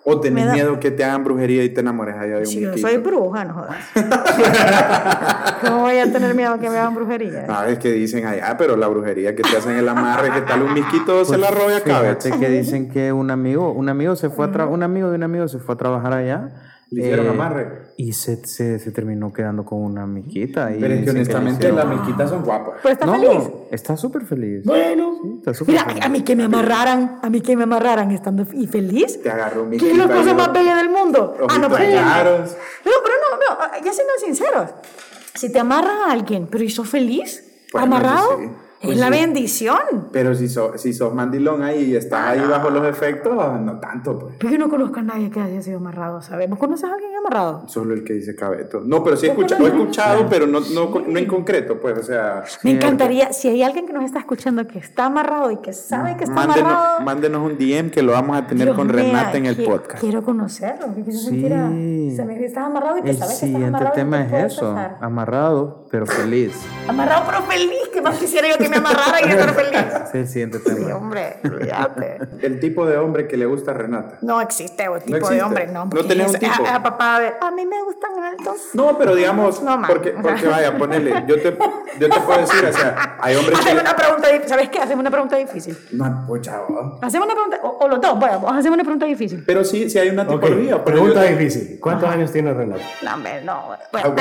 o me tenés da- miedo que te hagan brujería y te enamores allá de un Si yo miquito. soy bruja, no jodas. ¿Cómo voy a tener miedo que me hagan brujería? Ah, es que dicen allá, pero la brujería que te hacen el amarre, que tal un miquito se la robe a cabeza. Pues Fíjate que dicen que un amigo, un amigo se fue a tra- un amigo de un amigo se fue a trabajar allá. eh, Le hicieron amarre. Y se, se, se terminó quedando con una miquita. y Pero es que dicen le honestamente hicieron- las miquitas son guapas. Pero está No, feliz. Está súper feliz. Bueno, Sí, está súper mira, feliz. a mí que me amarraran, a mí que me amarraran estando y feliz. Te agarró un ¿Qué es la miquito cosa ahí, más ¿no? bella del mundo? Ojitos pero, claros. pero, pero no, no, ya siendo sinceros, si te amarran a alguien, pero hizo feliz, Bueno, amarrado, sí, es la bendición. Pero si, so- si sos mandilón ahí y estás ahí bajo los efectos, no tanto, pues. Pero yo no conozco a nadie que haya sido amarrado, ¿sabes? ¿Vos conoces a alguien amarrado? Solo el que dice cabeto. No, pero sí he escuchado, lo he escuchado, pero no, no, co- no en concreto, pues, o sea... Me encantaría, si hay alguien que nos está escuchando que está amarrado y que sabe que está Mándenos, amarrado. mándenos un DM que lo vamos a tener Dios con mío, Renata en el qui- podcast. Quiero conocerlo, porque quiero Sí. sentir a- se me estás amarrado y que El sabes que este estás siguiente amarrado. y tema que puedes es eso, pasar. amarrado pero feliz. Amarrado pero feliz, que más quisiera yo que me amarrara y estar feliz. Ese es el siguiente Sí, tema. hombre, olvídate. El tipo de hombre que le gusta a Renata. No existe o tipo existe. de hombre, no. No porque tenés un es- es- tipo. Es, a papá de, a mí me gustan altos. No, pero digamos, No, man. porque, porque vaya, ponele, yo te, yo te puedo decir, o sea, hay hombres que... Haceme una pregunta difícil. ¿Sabes qué? Haceme una pregunta difícil. No, pues, chavo. Haceme una pregunta, o, o los dos, vaya, vos haceme una pregunta difícil. Pero sí, sí hay una Ok, tipología. porque pregunta yo- difícil. ¿Cuántos años tiene Renato? No, hombre, no. Bueno,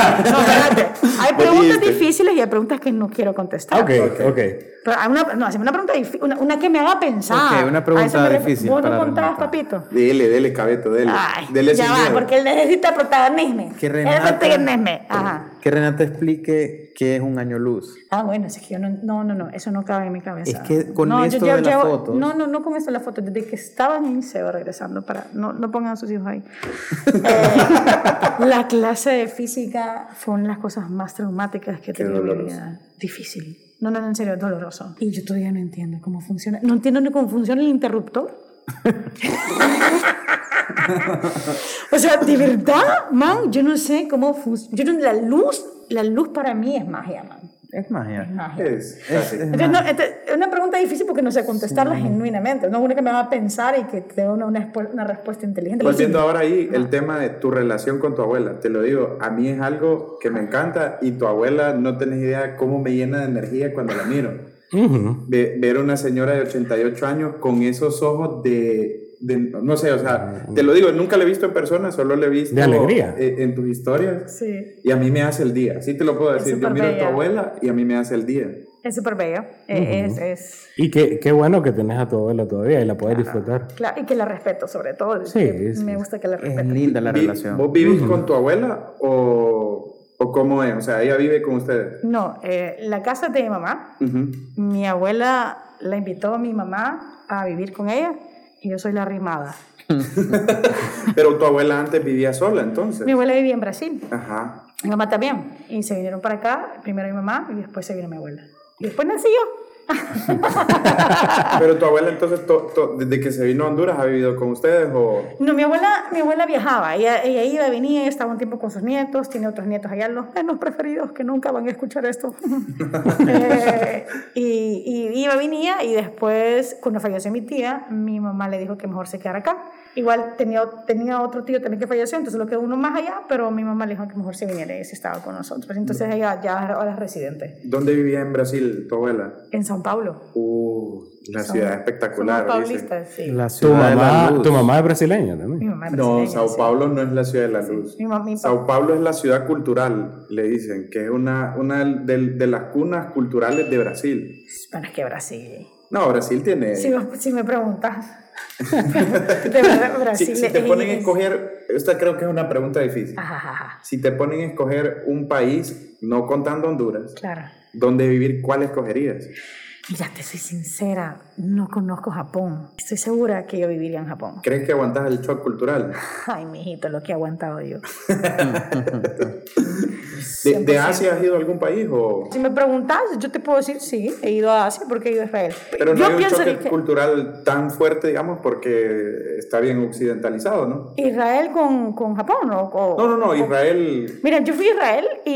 Ah, hay bueno, vos dijiste. preguntas, no, espérate. Hay Vos preguntas dijiste. difíciles y hay preguntas que no quiero contestar. Ok, ok. Pero hay una, no, haceme una pregunta difícil, una, una que me haga pensar. Ok, una A eso pregunta me refiero. difícil ¿Vos no para contabas, Renata. papito? Dele, dele, cabeto, dele. Ay, dele sin ya va, miedo. porque él necesita protagonismo. Que Él Renata- protagonismo. Ajá. Que Renata explique qué es un año luz. Ah, bueno, es que yo no, no, no, no, eso no cabe en mi cabeza. Es que con no, esto ya de las llevo- fotos- No, no, no con esto de las fotos, desde que estaban en Seba regresando para, no, no pongan a sus hijos ahí. Eh, la clase de física fue una de las cosas más traumáticas que he tenido en mi vida. Difícil. No, no, no, en serio, doloroso. Y yo todavía no entiendo cómo funciona, no entiendo ni cómo funciona el interruptor. O sea, de verdad, man, yo no sé cómo funciona. La luz, la luz para mí es magia, man. Es magia. Magia. Es Es, casi. es Entonces, magia. no, este- es una pregunta difícil porque no sé contestarla genuinamente. No es una que me va a pensar y que te dé una, una, expo- una respuesta inteligente. Volviendo Porque- ahora ahí, Ah. el tema de tu relación con tu abuela, te lo digo, a mí es algo que me encanta y tu abuela no tenés idea cómo me llena de energía cuando la miro. Ujú. Ve- ver a una señora de 88 años con esos ojos de, de- no sé, o sea, te lo digo, nunca la he visto en persona, solo la he visto De alegría. eh, en, tus historias Sí, y a mí me hace el día, así te lo puedo Es decir, yo súper miro a tu bella. abuela y a mí me hace el día. es súper bello. Eh, es, es- Y qué, qué bueno que tenés a tu abuela todavía y la podés disfrutar. claro, y que la respeto sobre todo. Sí, que sí, me sí. gusta que la Es respeten. linda la Vi- relación. ¿Vos vivís con tu abuela o, o cómo es? O sea, ella vive con ustedes. No, eh, la casa es de mi mamá, Ujú. mi abuela la invitó a mi mamá a vivir con ella y yo soy la arrimada. Pero tu abuela antes vivía sola, entonces. Mi abuela vivía en Brasil, Ajá. mi mamá también. Y se vinieron para acá, primero mi mamá y después se vino mi abuela. Y después nací yo. Pero tu abuela entonces, to- to- desde que se vino a Honduras, ha vivido con ustedes o... No, mi abuela, mi abuela viajaba, ella, ella iba, venía, estaba un tiempo con sus nietos, tiene otros nietos allá, los menos preferidos que nunca van a escuchar esto. Eh, y, y iba, venía y después, cuando falleció mi tía, mi mamá le dijo que mejor se quedara acá. Igual tenía, tenía otro tío también que falleció, entonces lo quedó uno más allá, pero mi mamá le dijo que mejor se viniera y se estaba con nosotros. Entonces ella ya ahora es residente ¿Dónde vivía en Brasil tu abuela? en San Pablo. Uh, una Somos- ciudad espectacular. Somos dicen. paulistas, sí. La Tu ciudad de la mamá, luz. tu mamá es brasileña Mi también. mamá es No, brasileña, Sao sí. Paulo no es la ciudad de la luz. Mi mamá- mi Sao Paulo es la ciudad cultural, le dicen, que es una, una del- de, las cunas culturales de Brasil. Bueno, es que Brasil. No, Brasil tiene... Si, me- si me preguntas. de verdad, si, Brasil si te es- ponen a es- Ah. escoger, esta creo que es una pregunta difícil. Ajá, ajá, ajá, Si te ponen a escoger un país, no contando Honduras, claro. ¿Dónde vivir? ¿Cuál escogerías? Mira, te soy sincera, no conozco Japón. Estoy segura que yo viviría en Japón. ¿Crees que aguantas el shock cultural? Ay, mijito, lo que he aguantado yo. ¿De, de 100%. Asia has ido a algún país o...? Si me preguntas, yo te puedo decir, sí, he ido a Asia porque he ido a Israel. Pero no yo hay un pienso choque que- cultural tan fuerte, digamos, porque está bien occidentalizado, ¿no? Israel con, con Japón, ¿no? O- No, no, no, Israel... Mira, yo fui a Israel y,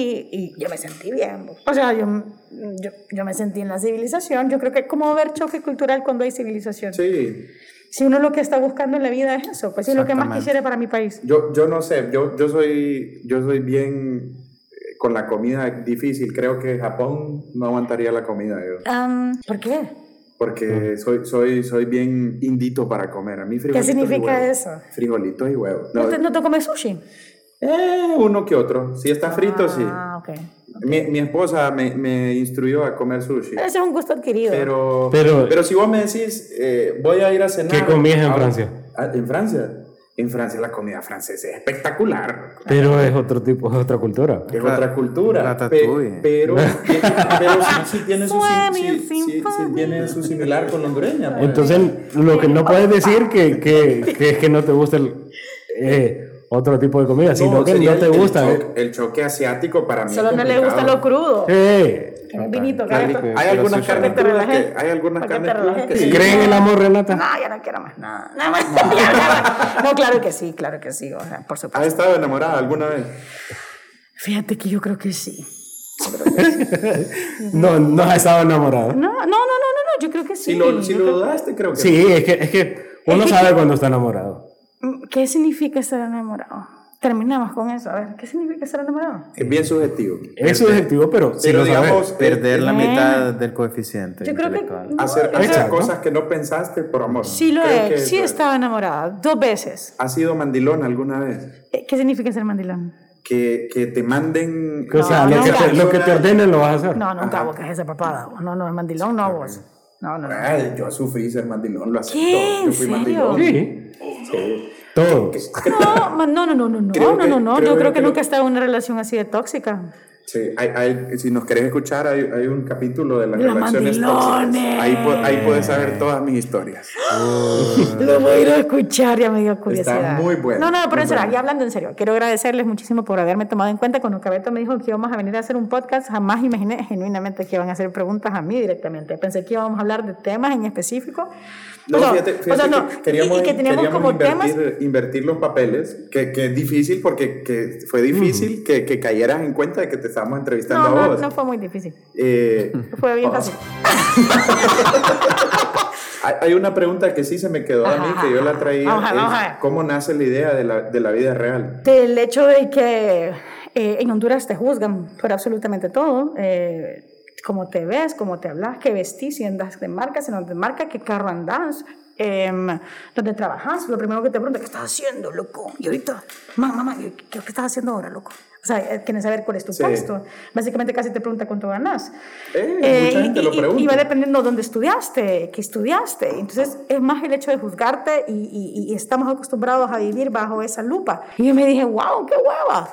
y yo me sentí bien. O sea, yo, yo, yo me sentí en la civilización. Yo creo que como haber choque cultural cuando hay civilización. Sí, Si uno lo que está buscando en la vida es eso, pues es lo que más Exactamente. quisiera para mi país. yo, yo no sé, yo, yo, soy, yo soy bien eh, con la comida difícil. Creo que Japón no aguantaría la comida, yo. Am, Um, ¿Por qué? Porque soy, soy, soy bien indito para comer. A mí frijolitos y significa huevo. eso? Frijolitos y huevos. ¿No, No, te, no te comes sushi? eh, uno que otro. Si está frito, sí. Ah, ok. Mi, mi esposa me, me instruyó a comer sushi. Ese es un gusto adquirido. Pero, Pero- pero, si vos me decís, eh, voy a ir a cenar. ¿Qué comías en ahora- Francia? Ah, ¿En Francia? En Francia la comida francesa es espectacular. Pero es otro tipo, es otra cultura. Es La- otra cultura. la pe- tatouille. pero pero sí, sí tiene su, sim- sí- Sueño sin sí- sí fin. tiene su similar con la hondureña. pues. Entonces, lo que no puedes decir que, que, que es que no te gusta el, eh, otro tipo de comida, sino que sería no te el- el gusta. choque- El, choque asiático para mí. es Solo no le gusta complicado. lo crudo. Eh, Que un vinito, Qué claro. rico. Hay Pero algunas sushi, ¿no? carnes Para que te crudas que, relajes. hay algunas Para que carnes te crudas que relajes. sí. ¿creen el amor, No, Renata? ya no quiero más nada. No, más. Ya no quiero más. No, claro que sí, claro que sí. O sea, por ¿Has supuesto. estado enamorada alguna vez? Fíjate que yo creo que sí. No, no has estado enamorado. No, no, no, no, no, no, yo creo que sí. Si lo, si Yo lo creo- dudaste, creo que Sí, es que, es que uno Es que- sabe cuando está enamorado. ¿Qué significa estar enamorado? Terminamos con eso. A ver, ¿qué significa estar enamorado? Es bien subjetivo. Este, Es subjectivo, pero sí Pero lo sabes. digamos, eh, Perder la Bueno. mitad del coeficiente Yo creo que intelectual. no, hacer, yo hacer Exacto. cosas que no pensaste por amor. sí lo Creo he, que sí eso es. estaba enamorada, dos veces. ¿Has sido mandilón alguna vez? Eh, ¿Qué significa ser mandilón? Que, que te manden... Que, o sea, No, lo, que nunca. te, lo que te ordenen lo vas a hacer. No, nunca vos que es esa papada. vos. No, no, el mandilón no vos. No, no, no. Ay, yo sufrí ser mandilón, lo acepto. ¿Qué? Yo fui ¿En mandilón. serio? Sí. Todos. No, ma- no, no, no, no, no, Creo no, que- no, no. creo Yo creo que que lo- nunca he estado en una relación así de tóxica. Sí, hay- hay- si nos querés escuchar, hay, hay un capítulo de las Los relaciones mandilones. tóxicas. Ahí, po- ahí puedes saber todas mis historias. Lo voy a ir a escuchar, ya me dio curiosidad. muy bueno, No, no, pero muy en serio, bueno. ya hablando en serio, quiero agradecerles muchísimo por haberme tomado en cuenta. Cuando Cabeto me dijo que íbamos a venir a hacer un podcast, jamás imaginé genuinamente que iban a hacer preguntas a mí directamente. Pensé que íbamos a hablar de temas en específico. No, O sea, fíjate, o sea, fíjate no, que queríamos, y, y que teníamos queríamos como invertir, temas. invertir los papeles, que, que es difícil porque que fue difícil que, que cayeras en cuenta de que te estamos entrevistando No, a no, vos. no fue muy difícil. Eh, Fue bien fácil. hay- hay una pregunta que sí se me quedó a mí, Ajá, que yo la ajá. traía. Vamos a ver, es, vamos a ver. ¿Cómo nace la idea de la, de la vida real? Del hecho de que eh, en Honduras te juzgan por absolutamente todo, eh, cómo te ves, cómo te hablas, qué vestís, si andas de marca, si no te marca, qué carro andás, em, dónde trabajas. Lo primero que te preguntan, ¿qué estás haciendo, loco? Y ahorita, mamá, mamá, ¿qué, qué estás haciendo ahora, loco? O sea, eh, quieren saber cuál es tu Sí. puesto. Básicamente casi te pregunta cuánto ganas. Eh, mucha gente lo y- pregunta. y va dependiendo dónde estudiaste, qué estudiaste. Entonces, es más el hecho de juzgarte y, y- y estamos acostumbrados a vivir bajo esa lupa. Y yo me dije, wow, qué hueva.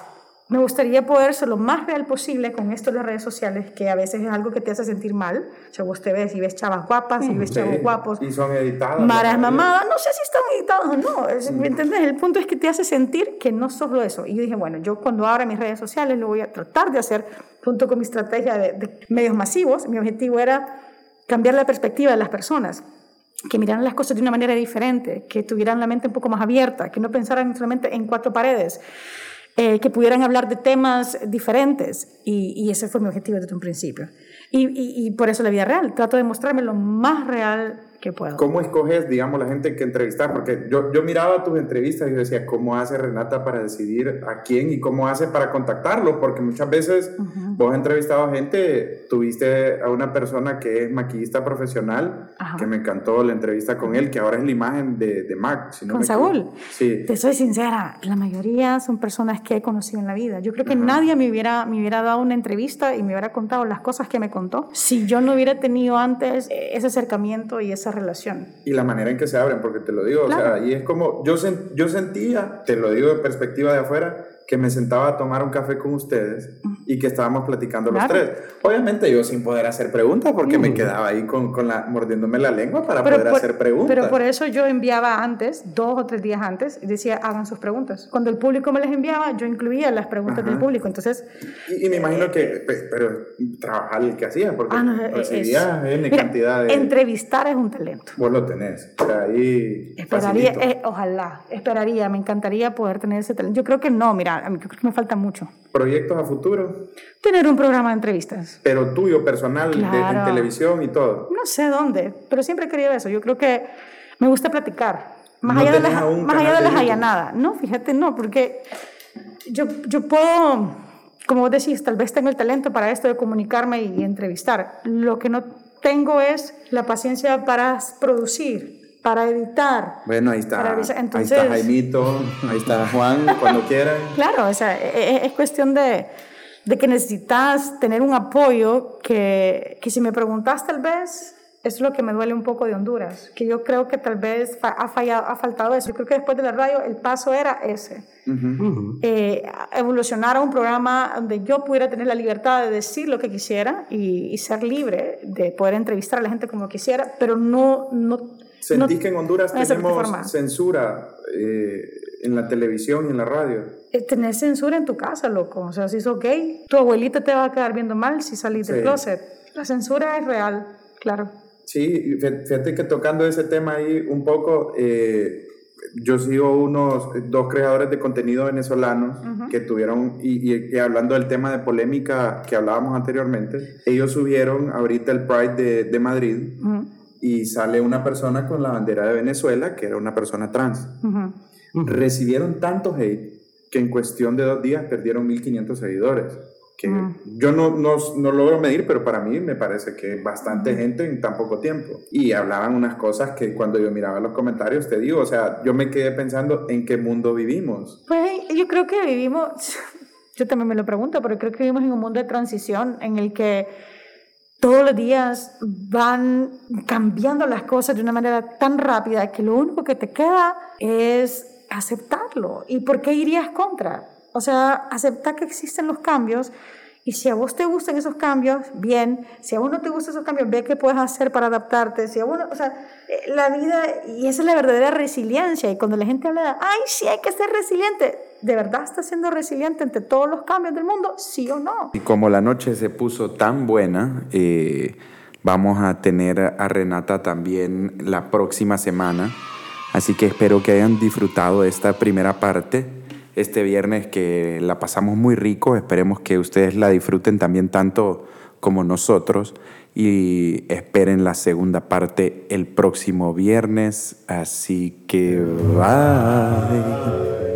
Me gustaría poder ser lo más real posible con esto de las redes sociales, que a veces es algo que te hace sentir mal. O sea, vos te ves y ves chavas guapas y ves chavos Sí, guapos. Mm, Y son editadas. la Maras mayoría. mamadas, no sé si están editados o no, es- ¿me entiendes? El punto es que te hace sentir que no solo eso. Y yo dije, bueno, yo cuando abra mis redes sociales lo voy a tratar de hacer junto con mi estrategia de, de medios masivos. Mi objetivo era cambiar la perspectiva de las personas, que miraran las cosas de una manera diferente, que tuvieran la mente un poco más abierta, que no pensaran solamente en cuatro paredes, eh, que pudieran hablar de temas diferentes. Y, y ese fue mi objetivo desde un principio. Y, y- y por eso la vida real, trato de mostrarme lo más real que puedo. ¿Cómo escoges, digamos, la gente que entrevistar? Porque yo, yo miraba tus entrevistas y yo decía, ¿cómo hace Renata para decidir a quién y cómo hace para contactarlo? Porque muchas veces vos has entrevistado a gente, tuviste a una persona que es maquillista profesional, Ajá. que me encantó la entrevista con él, que ahora es la imagen de, de Mac. si no Con me equivoco. Saúl. Sí. Te soy sincera, la mayoría son personas que he conocido en la vida. Yo creo que nadie me hubiera, me hubiera dado una entrevista y me hubiera contado las cosas que me contó si yo no hubiera tenido antes eh, ese acercamiento y esa relación. Y la manera en que se abren, porque te lo digo, o Claro. sea, y es como, yo, sen- yo sentía, te lo digo de perspectiva de afuera, que me sentaba a tomar un café con ustedes y que estábamos platicando Claro. Mm. los tres. Obviamente yo sin poder hacer preguntas, porque me quedaba ahí con, con la, mordiéndome la lengua para poder hacer preguntas. pero por eso yo enviaba antes, dos o tres días antes, y decía, hagan sus preguntas. Cuando el público me las enviaba, yo incluía las preguntas del público. Entonces, y, y me imagino que, pe- pero trabajar el que hacías, porque ah, no, es- recibías N Mira, eh, cantidad de... Entrevistar es un talento. Vos lo tenés, o sea, ahí... Esperaría, facilito. eh, ojalá, esperaría, me encantaría poder tener ese talento. Yo creo que no, mira, a mí yo creo que me falta mucho. Proyectos a futuro, Tener un programa de entrevistas. pero tuyo, personal, de- en Claro. televisión y todo. No sé dónde, pero siempre he querido eso. Yo creo que me gusta platicar. Más ¿No allá de tenés las, aún más allá canal de de las YouTube? allanadas. No, fíjate, no, porque yo, yo puedo, como vos decís, tal vez tengo el talento para esto de comunicarme y entrevistar. Lo que no tengo es la paciencia para producir, para editar. Bueno, ahí está. Para avisar. Ahí Entonces- está Jaimito, ahí está Juan, cuando quieran. Claro, o sea, e- e- es cuestión de, de que necesitas tener un apoyo que, que si me preguntas tal vez es lo que me duele un poco de Honduras, que yo creo que tal vez fa- ha, fallado, ha faltado eso. Yo creo que después de la radio el paso era ese, Eh, a- evolucionar a un programa donde yo pudiera tener la libertad de decir lo que quisiera y, y ser libre de poder entrevistar a la gente como quisiera, pero no... no ¿Sentís no- que en Honduras no de esa plataforma. tenemos censura eh, en la televisión y en la radio? Eh, Tener censura en tu casa, loco. O sea, si sos gay, tu abuelita te va a quedar viendo mal si salís Sí. del closet. La censura es real, claro. Sí, fí- fíjate que tocando ese tema ahí un poco, eh, yo sigo unos eh, dos creadores de contenido venezolanos que tuvieron, y, y- y hablando del tema de polémica que hablábamos anteriormente, ellos subieron ahorita el Pride de, de Madrid y sale una persona con la bandera de Venezuela, que era una persona trans. Ujú. recibieron tanto hate que en cuestión de dos días perdieron 1500 seguidores. Que yo no, no, no logro medir, pero para mí me parece que es bastante gente en tan poco tiempo. Y hablaban unas cosas que cuando yo miraba los comentarios, te digo, o sea, yo me quedé pensando en qué mundo vivimos. Pues yo creo que vivimos, yo también me lo pregunto, pero creo que vivimos en un mundo de transición en el que todos los días van cambiando las cosas de una manera tan rápida que lo único que te queda es aceptarlo. ¿Y por qué irías contra? O sea, aceptar que existen los cambios y si a vos te gustan esos cambios, bien. Si a vos no te gustan esos cambios, ve qué puedes hacer para adaptarte. Si a vos no- o sea, eh, la vida, y esa es la verdadera resiliencia. Y cuando la gente habla, de, ay, sí, hay que ser resiliente. ¿De verdad estás siendo resiliente ante todos los cambios del mundo? Sí o no. Y como la noche se puso tan buena, eh, vamos a tener a Renata también la próxima semana. Así que espero que hayan disfrutado esta primera parte este viernes que la pasamos muy rico. Esperemos que ustedes la disfruten también tanto como nosotros. Y esperen la segunda Ah, parte el próximo viernes. Así que bye.